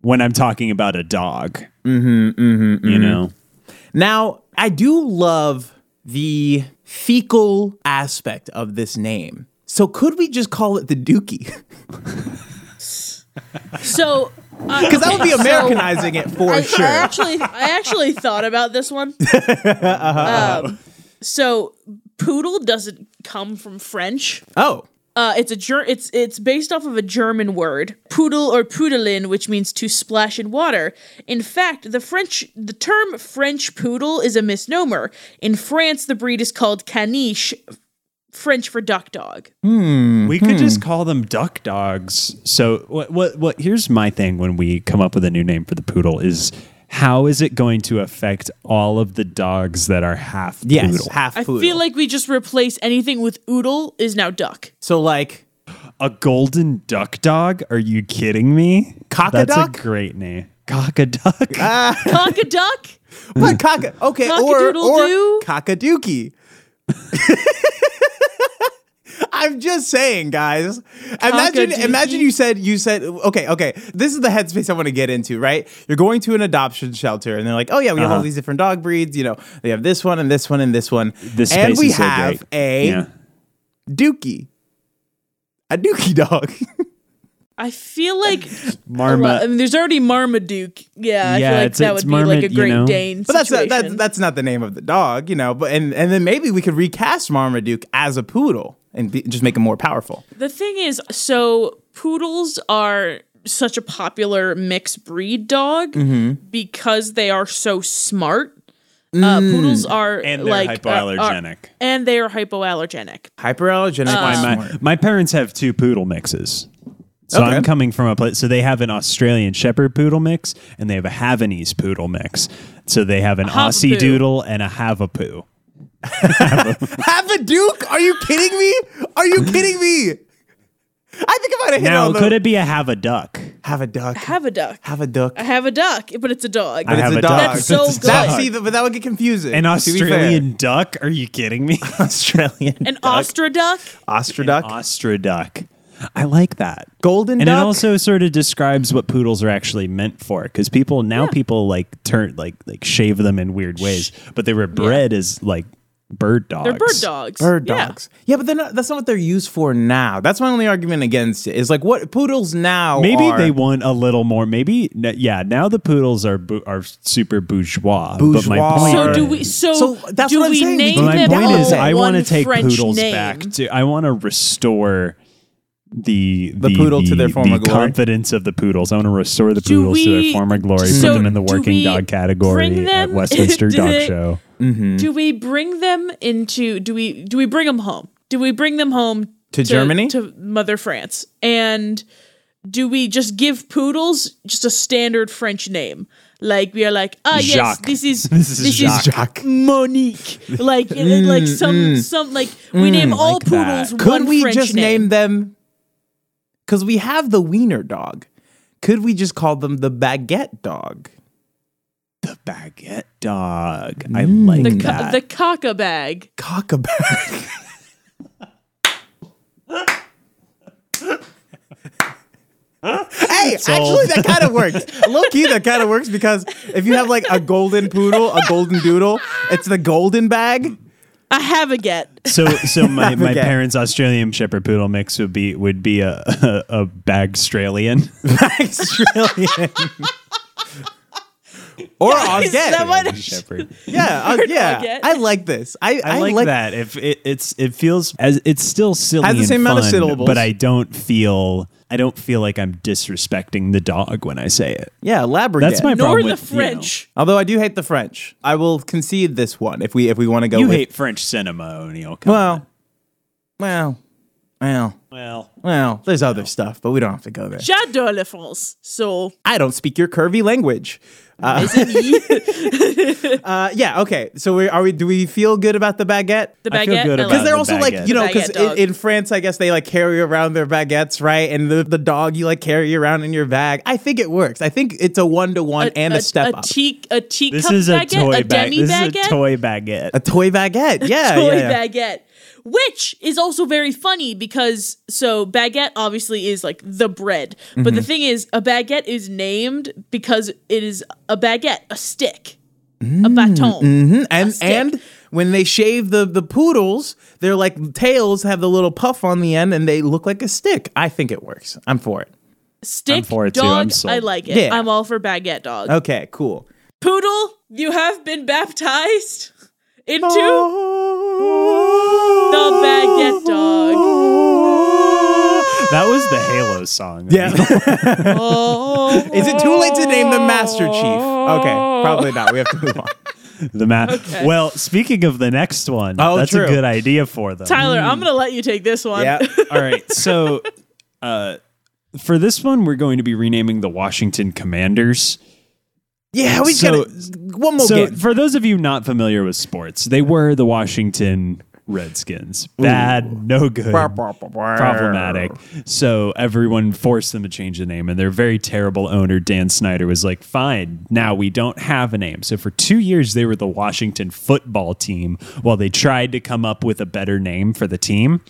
when I'm talking about a dog. Mm-hmm, mm-hmm, you know.
Now, I do love the fecal aspect of this name. So could we just call it the Dookie?
So,
Because that would be Americanizing it for
I,
sure.
I actually, I actually thought about this one. Um, so, poodle doesn't come from French.
oh,
Uh, it's a ger- it's it's based off of a German word, poodle or pudelin, which means to splash in water. In fact, the French the term French poodle is a misnomer. In France, the breed is called caniche, French for duck dog.
We could just call them duck dogs. So what what what here's my thing when we come up with a new name for the poodle is how is it going to affect all of the dogs that are half
yes,
poodle?
half
I
poodle.
feel like we just replace anything with oodle is now duck.
so like
A golden duck dog? Are you kidding me?
Cock a
That's
duck? Uh,
a great name. Cock a duck.
Cock a duck?
what cock? Okay, or or
Cock-a-doodle-doo?
cockadookie. I'm just saying, guys. Imagine,
Cock-a-doodle.
imagine you said you said okay, okay. This is the headspace I want to get into, right? You're going to an adoption shelter, and they're like, oh yeah, we have
Uh-huh.
all these different dog breeds. You know, they have this one and this one and this one,
This
and
space
we
is so
have
great.
a
Yeah.
dookie, a dookie dog.
I feel like
Marma.
I mean, there's already Marmaduke. Yeah, I
Yeah,
feel like
it's-
that
it's
would be like
Marmad-
a
you
Great
know.
Dane.
But that's not,
situation.
that's that's not the name of the dog, you know. But and and then maybe we could recast Marmaduke as a poodle and be, just make him more powerful.
The thing is, so poodles are such a popular mixed breed dog
Mm-hmm.
because they are so smart. Uh,
Mm.
poodles are
and they're
like uh, are-
hypoallergenic.
and they are hypoallergenic.
Hyperallergenic.
my,
smart.
my parents have two poodle mixes. So
Okay.
I'm coming from a place. So they have an Australian Shepherd poodle mix, and they have a Havanese poodle mix. So they have an
Havapoo.
Aussie Doodle and a Havapoo.
Have a Duke? Are you kidding me? Are you kidding me? I think I might have hit
Now,
on the
could it be a Have a Duck?
have a duck.
Have a duck.
Have a duck.
I have a duck, but it's a dog.
I
It's
have
a
a
dog.
duck.
That's so
It's a
good.
dog.
Duck.
See, th- but that would get confusing.
An
to be fair.
Australian duck? Are you kidding me?
Australian,
An ostraduck.
Ostroduck,
Ostraduck. I like that.
golden
and
duck.
it also sort of describes what poodles are actually meant for because people now people like turn like like shave them in weird ways but they were bred as like bird dogs
They're bird dogs.
Bird
Yeah.
dogs. Yeah, but they're not, that's not what they're used for now. That's my only argument against it. Is like what poodles now.
maybe
are-
they want a little more maybe n- yeah now the poodles are bu- are super bourgeois, but
Bourgeois.
my point
So do
is-
we? So,
So that's
do
what I'm
we
saying.
name
but my
them
point
all
is i
want
to take
French
poodles
name?
back to i want to restore the, the
poodle to their former
the
glory.
confidence of the poodles. I want to restore the
Do
poodles to
we-
their former glory.
so
put them in the
do we
working dog
bring
category at
them-
Westminster
do
Dog
they-
Show. Mm.
Do we bring them into? Do we? Do we bring them home? Do we bring them home
To Germany?
to Mother France? And do we just give poodles just a standard French name? Like we are like, ah yes,
Jacques.
this is
This is
this
Jacques. Mm,
is Monique. Like and then, like some some like we name all
like that.
poodles
Could
one
we
French
just
name.
name them? Because we have the wiener dog. Could we just call them the baguette dog?
The baguette dog. I like
the
that.
co- the caca bag.
Cockabag. hey, actually, that kind of works. Low key, that kind of works because if you have like a golden poodle, a golden doodle, it's the golden bag.
I have a get.
so, so my, my
Okay.
parents' Australian Shepherd Poodle mix would be would be a a, a bag Australian.
Australian. or Auget.
that what-
Shepherd.
yeah, uh, yeah.
Auget.
I like this. I,
I, like, that. If it, it's it feels as it's still silly
Has the
and
same amount of
fun,
syllables.
but I don't feel I don't feel like I'm disrespecting the dog when I say it.
Yeah, Labrador.
That's my
Nor
problem
the
with you know,
French.
Although I do hate the French. I will concede this one if we if we want to go
You
with
hate French cinema, O'Neill. Come on.
Well, well, well,
well,
well. There's other stuff, but we don't have to go there.
J'adore la France. So
I don't speak your curvy language. Uh, yeah, okay. So we, are we? Do we feel good about the baguette?
the
I feel
baguette.
good
I like
about
Because they're
the
also like
baguette.
you know because
Baguette dog.
in, in France I guess they like carry around their baguettes right and the, the dog you like carry around in your bag. I think it works. I think it's a one to one and a, step
a
up.
teak, a teacup
this is a
baguette,
toy
a
bag.
demi
This
baguette,
is a toy baguette.
a toy baguette. Yeah,
toy
yeah, yeah.
baguette, which is also very funny because so baguette obviously is like the bread, but
Mm-hmm.
the thing is, a baguette is named because it is a baguette, a stick,
Mm,
a baton.
mm-hmm.
and
stick.
and when they shave the the poodles, their like tails have the little puff on the end, and they look like a stick. I think it works. I'm for it.
Stick
for it too. I'm Oh.
dog,
sold.
I like it.
Yeah.
I'm all for baguette dog.
Okay, cool.
Poodle, you have been baptized into
Oh.
the baguette dog.
that was the Halo song.
Yeah.
Oh,
Is it too late to name the Master Chief? Okay, probably not. We have to move on.
the map. Well, speaking of the next one,
Oh,
that's
true.
a good idea for them.
Tyler, I'm gonna let you take this one.
Yeah.
All right. So uh, for this one, we're going to be renaming the Washington Commanders.
Yeah, we
So-
got one more
So
game.
for those of you not familiar with sports, they were the Washington Redskins. Bad, no good. problematic. So everyone forced them to change the name, and their very terrible owner, Dan Snyder, was like, fine, now we don't have a name. So for two years, they were the Washington football team while they tried to come up with a better name for the team.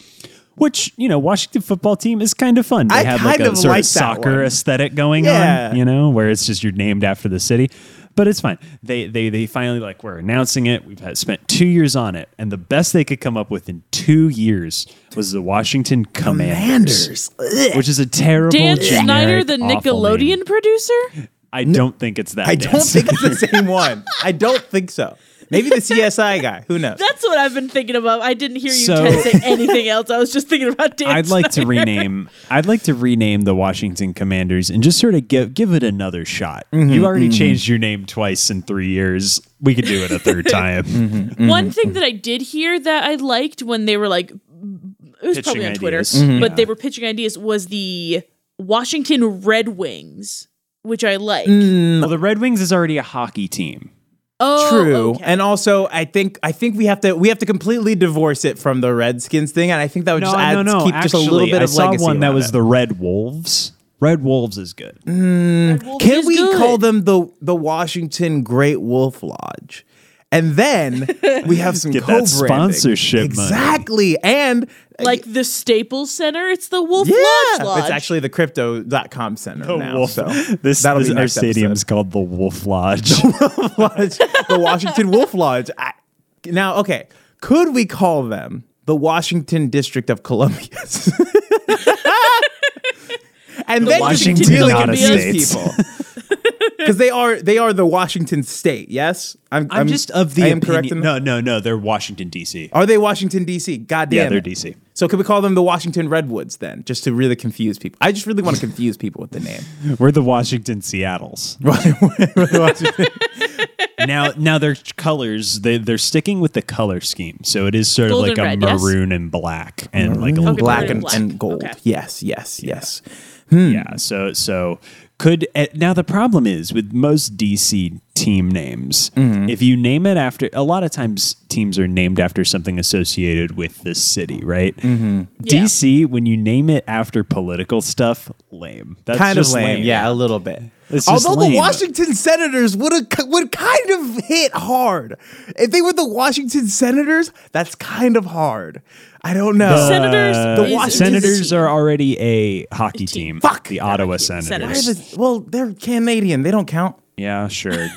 Which you know, Washington football team is kind of fun. They
I
have like
kind
a
of
sort
like that
of soccer
one.
aesthetic going
Yeah.
on, you know, where it's just you're named after the city. But it's fine. They they they finally like we're announcing it. We've had, spent two years on it, and the best they could come up with in two years was the Washington Commanders,
Commanders.
which is a terrible.
Dan
generic,
Snyder, the
awful name.
Nickelodeon producer?
I don't think it's that.
I
Dan
don't think it's the same one. I don't think so. Maybe the CSI guy. Who knows?
That's what I've been thinking about. I didn't hear you
So-
guys say anything else. I was just thinking about Dan
I'd like to
Snyder.
rename. I'd like to rename the Washington Commanders and just sort of give give it another shot.
Mm-hmm,
you already changed your name twice in three years. We could do it a third time.
Mm-hmm.
One thing that I did hear that I liked when they were like, it was
Pitching
probably on Twitter,
ideas. Mhm.
but they were pitching ideas was the Washington Red Wings, which I like.
Well, the Red Wings is already a hockey team.
Oh,
True.
okay.
And also I think I think we have to we have to completely divorce it from the Redskins thing. And I think that would
No,
just add
no, no.
keep
Actually,
just a little bit
I
of
saw
legacy.
one that
around
was
it.
the Red Wolves. Red Wolves is good.
Wolf
Can
is
we
good.
call them the the Washington Great Wolf Lodge? And then we have some
Get
co-branding.
that sponsorship money.
exactly, and
like the Staples Center? It's the Wolf
yeah,
Lodge Lodge.
it's actually the Crypto.com Center now. So
this,
that'll
this
be
our
next
stadium's called the Wolf Lodge.
Lodge, the Washington Wolf Lodge. I, now, okay, could we call them the Washington District of Columbia? and then
Washington
Washington really
United
confuse
States.
people because they are they are the Washington State. Yes,
I'm, just of the
I am
opinion-
correct. In,
No, no, no. They're Washington D.C.
Are they Washington D.C.? God damn
Yeah, they're
it.
D.C.
So could we call them the Washington Redwoods then, just to really confuse people? I just really want to confuse people with the name.
We're the Washington Seattles. now, now their colors they they're sticking with the color scheme, so it is sort
Golden
of like
red,
a
yes?
maroon and black and like a little
Okay,
black
blue
and,
and black.
and gold.
Okay.
Yes, yes, yes.
Yeah. So so could eh, now the problem is with most DC team names,
Mm-hmm.
if you name it after a lot of times teams are named after something associated with this city, right?
Mm.
Yeah.
DC when you name it after political stuff, lame. That's
kind of
just
lame. Yeah, a little bit.
It's just
Although
lame.
the Washington Senators would have would kind of hit hard if they were the Washington Senators. That's kind of hard. I don't know.
Senators.
Uh, The
is-
Washington-
Senators are already a hockey team.
Fuck!
the Ottawa
Why
Senators.
Senators.
the- well, they're Canadian. They don't count.
Yeah, sure.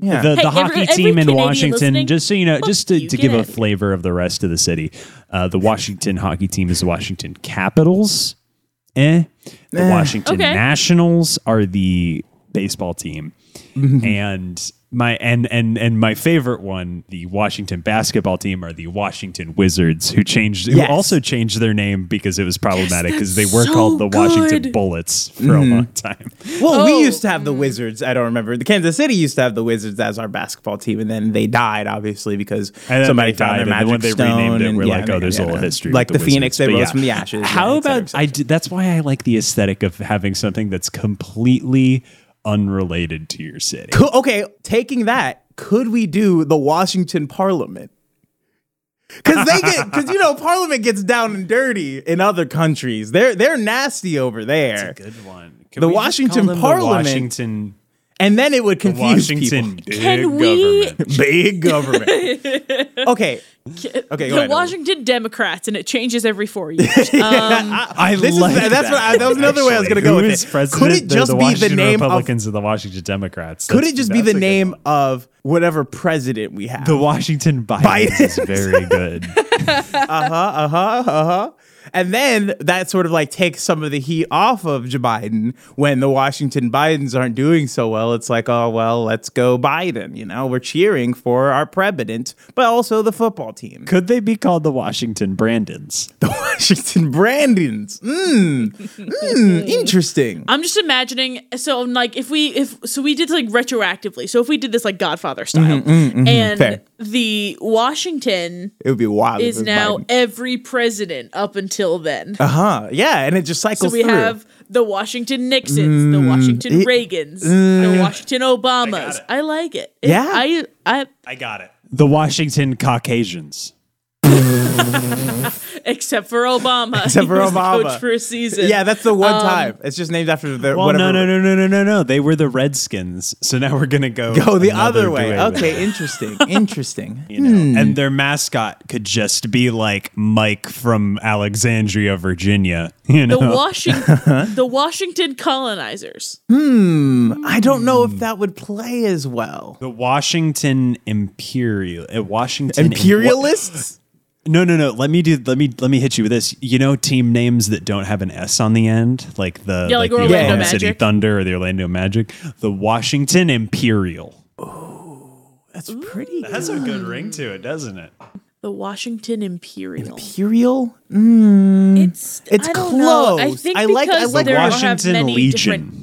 Yeah.
Hey,
The, the
every-
hockey
every
team in
Canadian
Washington,
listening,
just so you know,
fuck
just to,
you,
to
get
give
out
a
of here.
flavor of the rest of the city, uh, the Washington hockey team is the Washington Capitals. Eh. The Washington
Okay.
Nationals are the baseball team. and my and and and my favorite one, the Washington basketball team are the Washington Wizards, who changed
Yes.
who also changed their name because it was problematic because they were
so
called the Washington
good.
Bullets for a long time.
Well,
Oh.
we used to have
Mm.
the Wizards. I don't remember. The Kansas City used to have the Wizards as our basketball team, and then they died, obviously, because
And then
somebody
they
found
died,
their
and
magic
then when they
stone.
renamed it,
and
we're
yeah,
like, oh,
yeah,
there's a
yeah.
little history.
Like
with
the, Phoenix,
Wizards,
they
but
rose
yeah.
from the ashes.
How
yeah, et cetera,
about
et cetera.
I? d- That's why I like the aesthetic of having something that's completely unrelated to your city.
Could- okay, taking that, could we do the Washington Parliament? Because they get, because you know, Parliament gets down and dirty in other countries. They're they're nasty over there,
Good one.
The we just Washington call them the Parliament-
Washington.
and then it would confuse
Washington.
people.
Can we- government.
Big government. okay, okay, go
the
ahead, Owen.
Washington Democrats, and it changes every four years.
I
This is-
like
that's
that.
what I- that was another way I was
actually.
gonna go
Who
with
is
it.
President?
Could it
They're
just
the
be the
Washington
name of-
Republicans and the Washington Democrats?
Could
That's-
it just be
that's
the
a good
name
one.
of whatever president we have?
The Washington Biden, is very good.
uh-huh. And then that sort of like takes some of the heat off of Joe Biden when the Washington Bidens aren't doing so well. It's like, oh well, let's go Biden. You know, we're cheering for our president, but also the football team.
Could they be called the Washington Brandons?
The Washington Brandons. Mmm. Mmm. Interesting.
I'm just imagining. So, um, like, if we if so, we did like retroactively. So, if we did this like Godfather style, and
Mm-hmm, fair.
the Washington
It would be wild. if
is
it was
now
Biden.
every president up until then.
Uh-huh. Yeah, and it just
so
cycles
we
through.
have the Washington
Mm,
Nixons, the Washington Reagans, the Washington Obamas. I, like it. It-
Yeah.
I I
I got it. The Washington Caucasians.
except for Obama.
Except
He
for
was the um,
Obama.
coach for a season.
yeah, that's the one time. It's just named after the
Well,
whatever.
no, no, no, no, no, no, no. They were the Redskins. So now we're gonna go
Go Oh, the
another
other way.
with
Okay,
it,
interesting. Interesting.
you
Hmm.
know? And their mascot could just be like Mike from Alexandria, Virginia. You know,
The Washington the Washington colonizers.
I don't know
Hmm.
if that would play as well.
The Washington Imperial, uh, Washington
Imperialists?
No, no, no. Let me do. Let me let me hit you with this. You know, team names that don't have an S on the end, like the
Yeah, like
the
Orlando
Oklahoma City
Magic.
Thunder or the Orlando Magic. The Washington Imperial.
That's pretty
That's a
Hmm.
good ring to it, doesn't it?
The Washington Imperial.
imperial.
It's
It's
I don't know. I
close.
think
I like- I
because
like
there
Washington
are many
Legion.
different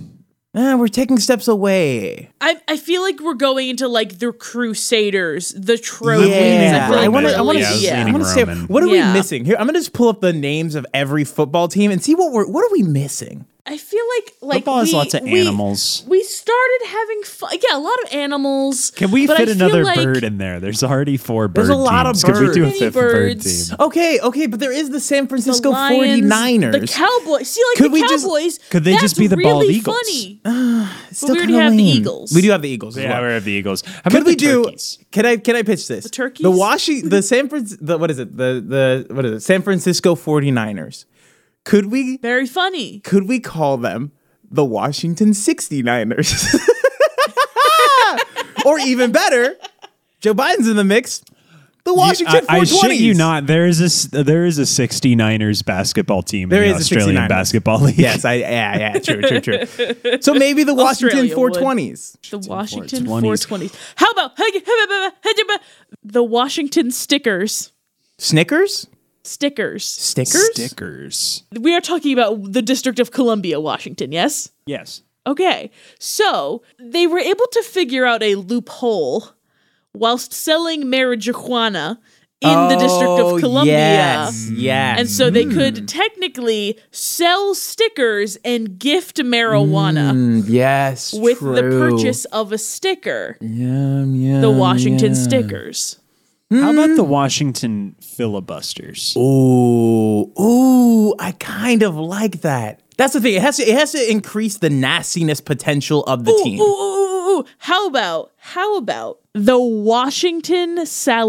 Ah, we're taking steps away.
I, I feel like we're going into like the Crusaders, the Trojans.
Yeah.
I feel like
I want
we're
to. I want to.
really-
Yeah, I was
I
leaning
want to say.
Roman.
What are
Yeah.
we missing here? I'm gonna just pull up the names of every football team and see what we're. What are we missing?
I feel like like
Football has
we-
lots of
we-
animals.
We started having fun. Yeah, a lot of animals.
Can we
but I
fit
feel
another
like
bird in there? There's already four birds.
There's a lot of
Could we do a
birds.
fifth
Birds.
bird team?
Okay, okay, but there is the San
The
Francisco
Lions,
49ers.
the Cowboys. See, like
Could
the
we just-
Cowboys.
could they just
that's
be the bald
really
eagles?
Funny.
It's
but we already
kinda
have the
lame.
Eagles.
We do have the Eagles. As
Yeah,
well.
we have the eagles. How
Could
about
we
the
do?
turkeys?
Can I can I pitch this? The
turkeys?
the Washi, the San Francisco, the, what is it? The the what is it? San Francisco 49ers. Could we
Very funny.
could we call them the Washington 69ers? or even better, Joe Biden's in the mix. The Washington
I, I
420s.
shit you not. There is a s- there is a 69ers basketball team
There
in
is
the
a
Australian
69ers.
basketball league.
Yes, I yeah, yeah, true, true, true. So maybe the Washington
Australia would.
420s.
The Washington
420s.
420s. How about the Washington stickers?
Snickers?
Stickers.
Stickers?
stickers.
We are talking about the District of Columbia, Washington, yes?
Yes.
Okay, so they were able to figure out a loophole whilst selling marijuana in the District
Oh,
of Columbia.
Yes, Hmm. yes.
And so they could technically sell stickers and gift marijuana
Mm, yes,
with the
true.
purchase of a sticker,
Yum, yum,
the Washington
yum.
stickers.
How about the Washington filibusters?
Ooh, ooh, I kind of like that. That's the thing. It has to it has to increase the nastiness potential of the
Ooh,
team.
ooh, ooh, ooh, ooh. How about how about the Washington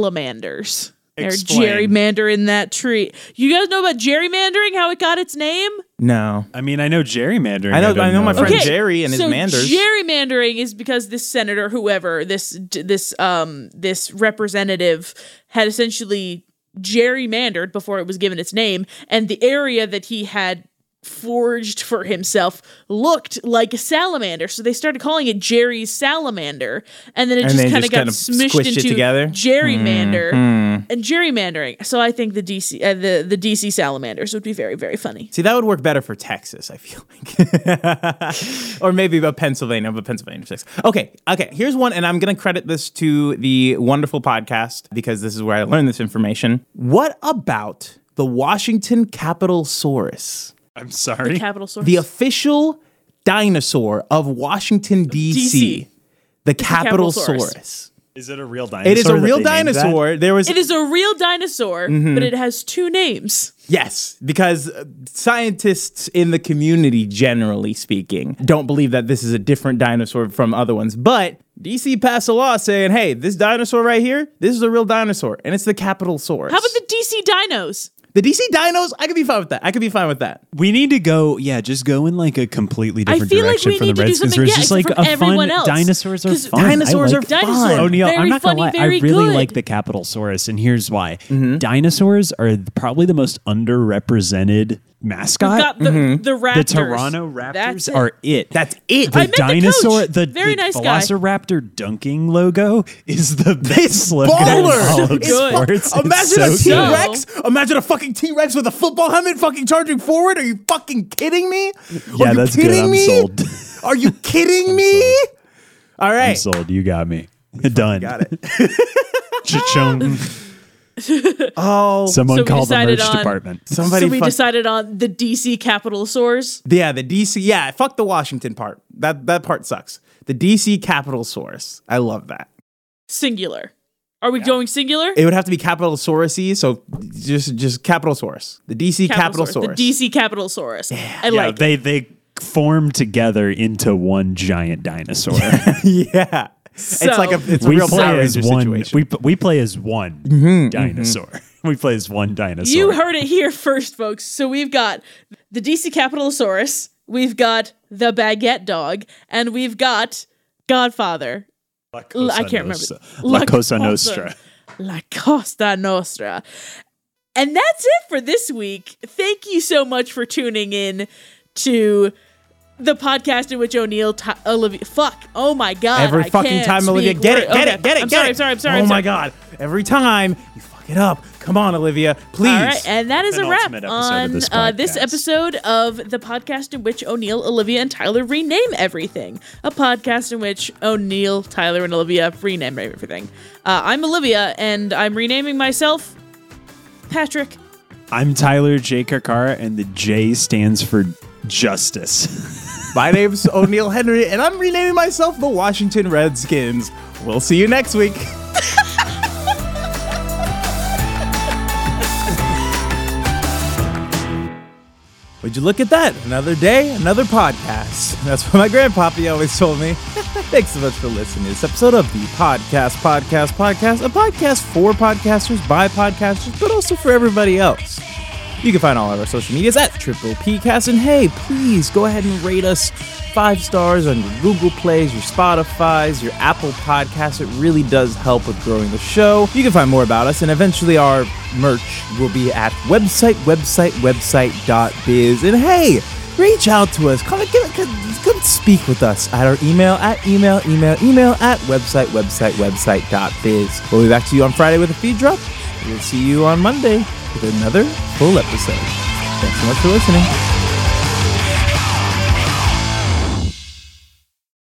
salamanders? They're
Explain.
gerrymandering that tree. You guys know about gerrymandering? How it got its name?
No.
I mean, I know gerrymandering.
I know-
don't
I know my friend
about-
Jer- Jerry and his manders.
Gerrymandering is because this senator, whoever this this um this representative had essentially gerrymandered before it was given its name, and the area that he had forged for himself looked like a salamander. So they started calling it Jerry's salamander, and then it
And
just
they
kind of
just
got
kinda
smushed
squished it
into
together? Hmm,
gerrymander and gerrymandering. So I think the DC uh, the the DC salamanders would be very very funny.
See, that would work better for Texas, I feel like. or maybe about Pennsylvania, but Pennsylvania six. Okay, okay. Here's one, and I'm gonna credit this to the wonderful podcast because this is where I learned this information. What about the Washington Capitol Saurus?
I'm sorry.
Capital source.
the official dinosaur of Washington D.C.
DC.
The
Capitol
Capitolosaurus.
Is it a real dinosaur?
It is a
that
real
they named that?
dinosaur. There was
It is a real dinosaur,
Mm-hmm.
but it has two names.
yes, because uh, scientists in the community, generally speaking, don't believe that this is a different dinosaur from other ones. But DC passed a law saying, "Hey, this dinosaur right here, this is a real dinosaur, and it's the Capitolosaurus."
How about the DC dinos?
the DC dinos? I could be fine with that. I could be fine with that.
We need to go, yeah, just go in like a completely
I
different
feel like
direction
we
for
need to do
the Redskins.
something,
where it's
yeah,
just
except
like
for
a fun.
everyone else.
Dinosaurs are
'Cause
fun.
dinosaurs
I
are
like
fun.
Dinosaurs
Oh, Neil,
very
I'm not gonna
funny,
lie. I
very
really
good.
like the Capitolosaurus, and here's why:
Mm-hmm.
dinosaurs are th- probably the most underrepresented mascot.
We've got the,
mm-hmm.
the raptors.
the Toronto
That's
Raptors
it.
are it.
That's it.
I
the
met the
dinosaur,
coach.
the,
Very
the
nice guy.
Velociraptor dunking logo is the best logo in
baller.
all of
It's fu-
sports. It's
Imagine
so
a
good.
T Rex. Imagine a fucking T Rex with a football helmet fucking charging forward. Are you fucking kidding me? Are
Yeah,
you
that's good.
kidding
I'm
me?
sold.
Are you kidding me? All
I'm
right.
sold. You got me. Done.
Got it.
Cha-chung.
Oh,
Someone
So we
called the
decided
merch
on-
department.
somebody.
so we
fuck-
decided on the DC capital source.
yeah, the DC. Yeah, fuck the Washington part. That that part sucks. The DC capital source. I love that.
Singular. Are we going singular?
It would have to be capital sauruses. So just just capital source. The DC capital, source.
The DC capital source. I
Yeah,
like it.
they they form together into one giant dinosaur.
yeah.
So-
it's like a it's a
we
real
play
Power
as
Ranger
one.
situation. Mm-hmm,
We we play as one dinosaur. We play as one dinosaur.
You heard it here first, folks. So we've got the DC Capitalosaurus, we've got the Baguette Dog, and we've got Godfather.
La
L-
Cosa
I can't
Nostra.
remember.
La Cosa Nostra.
La Costa Nostra. And that's it for this week. Thank you so much for tuning in to the podcast in which O'Neill, t- Olivia, fuck, oh my god,
Every
I
fucking
can't
time, Olivia.
speak
Get it,
word-
get
Okay,
it, get it,
I'm
get
sorry,
it.
I'm sorry, I'm sorry.
Oh
I'm
my
sorry.
god. Every time you fuck it up. Come on, Olivia. Please.
All right, and that is a wrap
Penultimate episode of
on
this
uh, this
podcast.
episode of the podcast in which O'Neill, Olivia, and Tyler rename everything. A podcast in which O'Neill, Tyler, and Olivia rename everything. Uh, I'm Olivia, and I'm renaming myself Patrick.
I'm Tyler J. Kakara, and the J stands for justice.
My name's O'Neill Henry, and I'm renaming myself the Washington Redskins. We'll see you next week. Would you look at that? Another day, another podcast. That's what my grandpappy always told me. Thanks so much for listening to this episode of the Podcast, Podcast, Podcast, a podcast for podcasters, by podcasters, but also for everybody else. You can find all of our social medias at Triple PCast. And hey, please go ahead and rate us five stars on your Google Plays, your Spotify's, your Apple Podcasts. It really does help with growing the show. You can find more about us and eventually our merch will be at website, website, website.biz. And hey, reach out to us. Come, give, come, come speak with us at our email, at email, email, email, at website, website, website.biz. We'll be back to you on Friday with a feed drop. We'll see you on Monday with another full episode. Thanks so much for listening.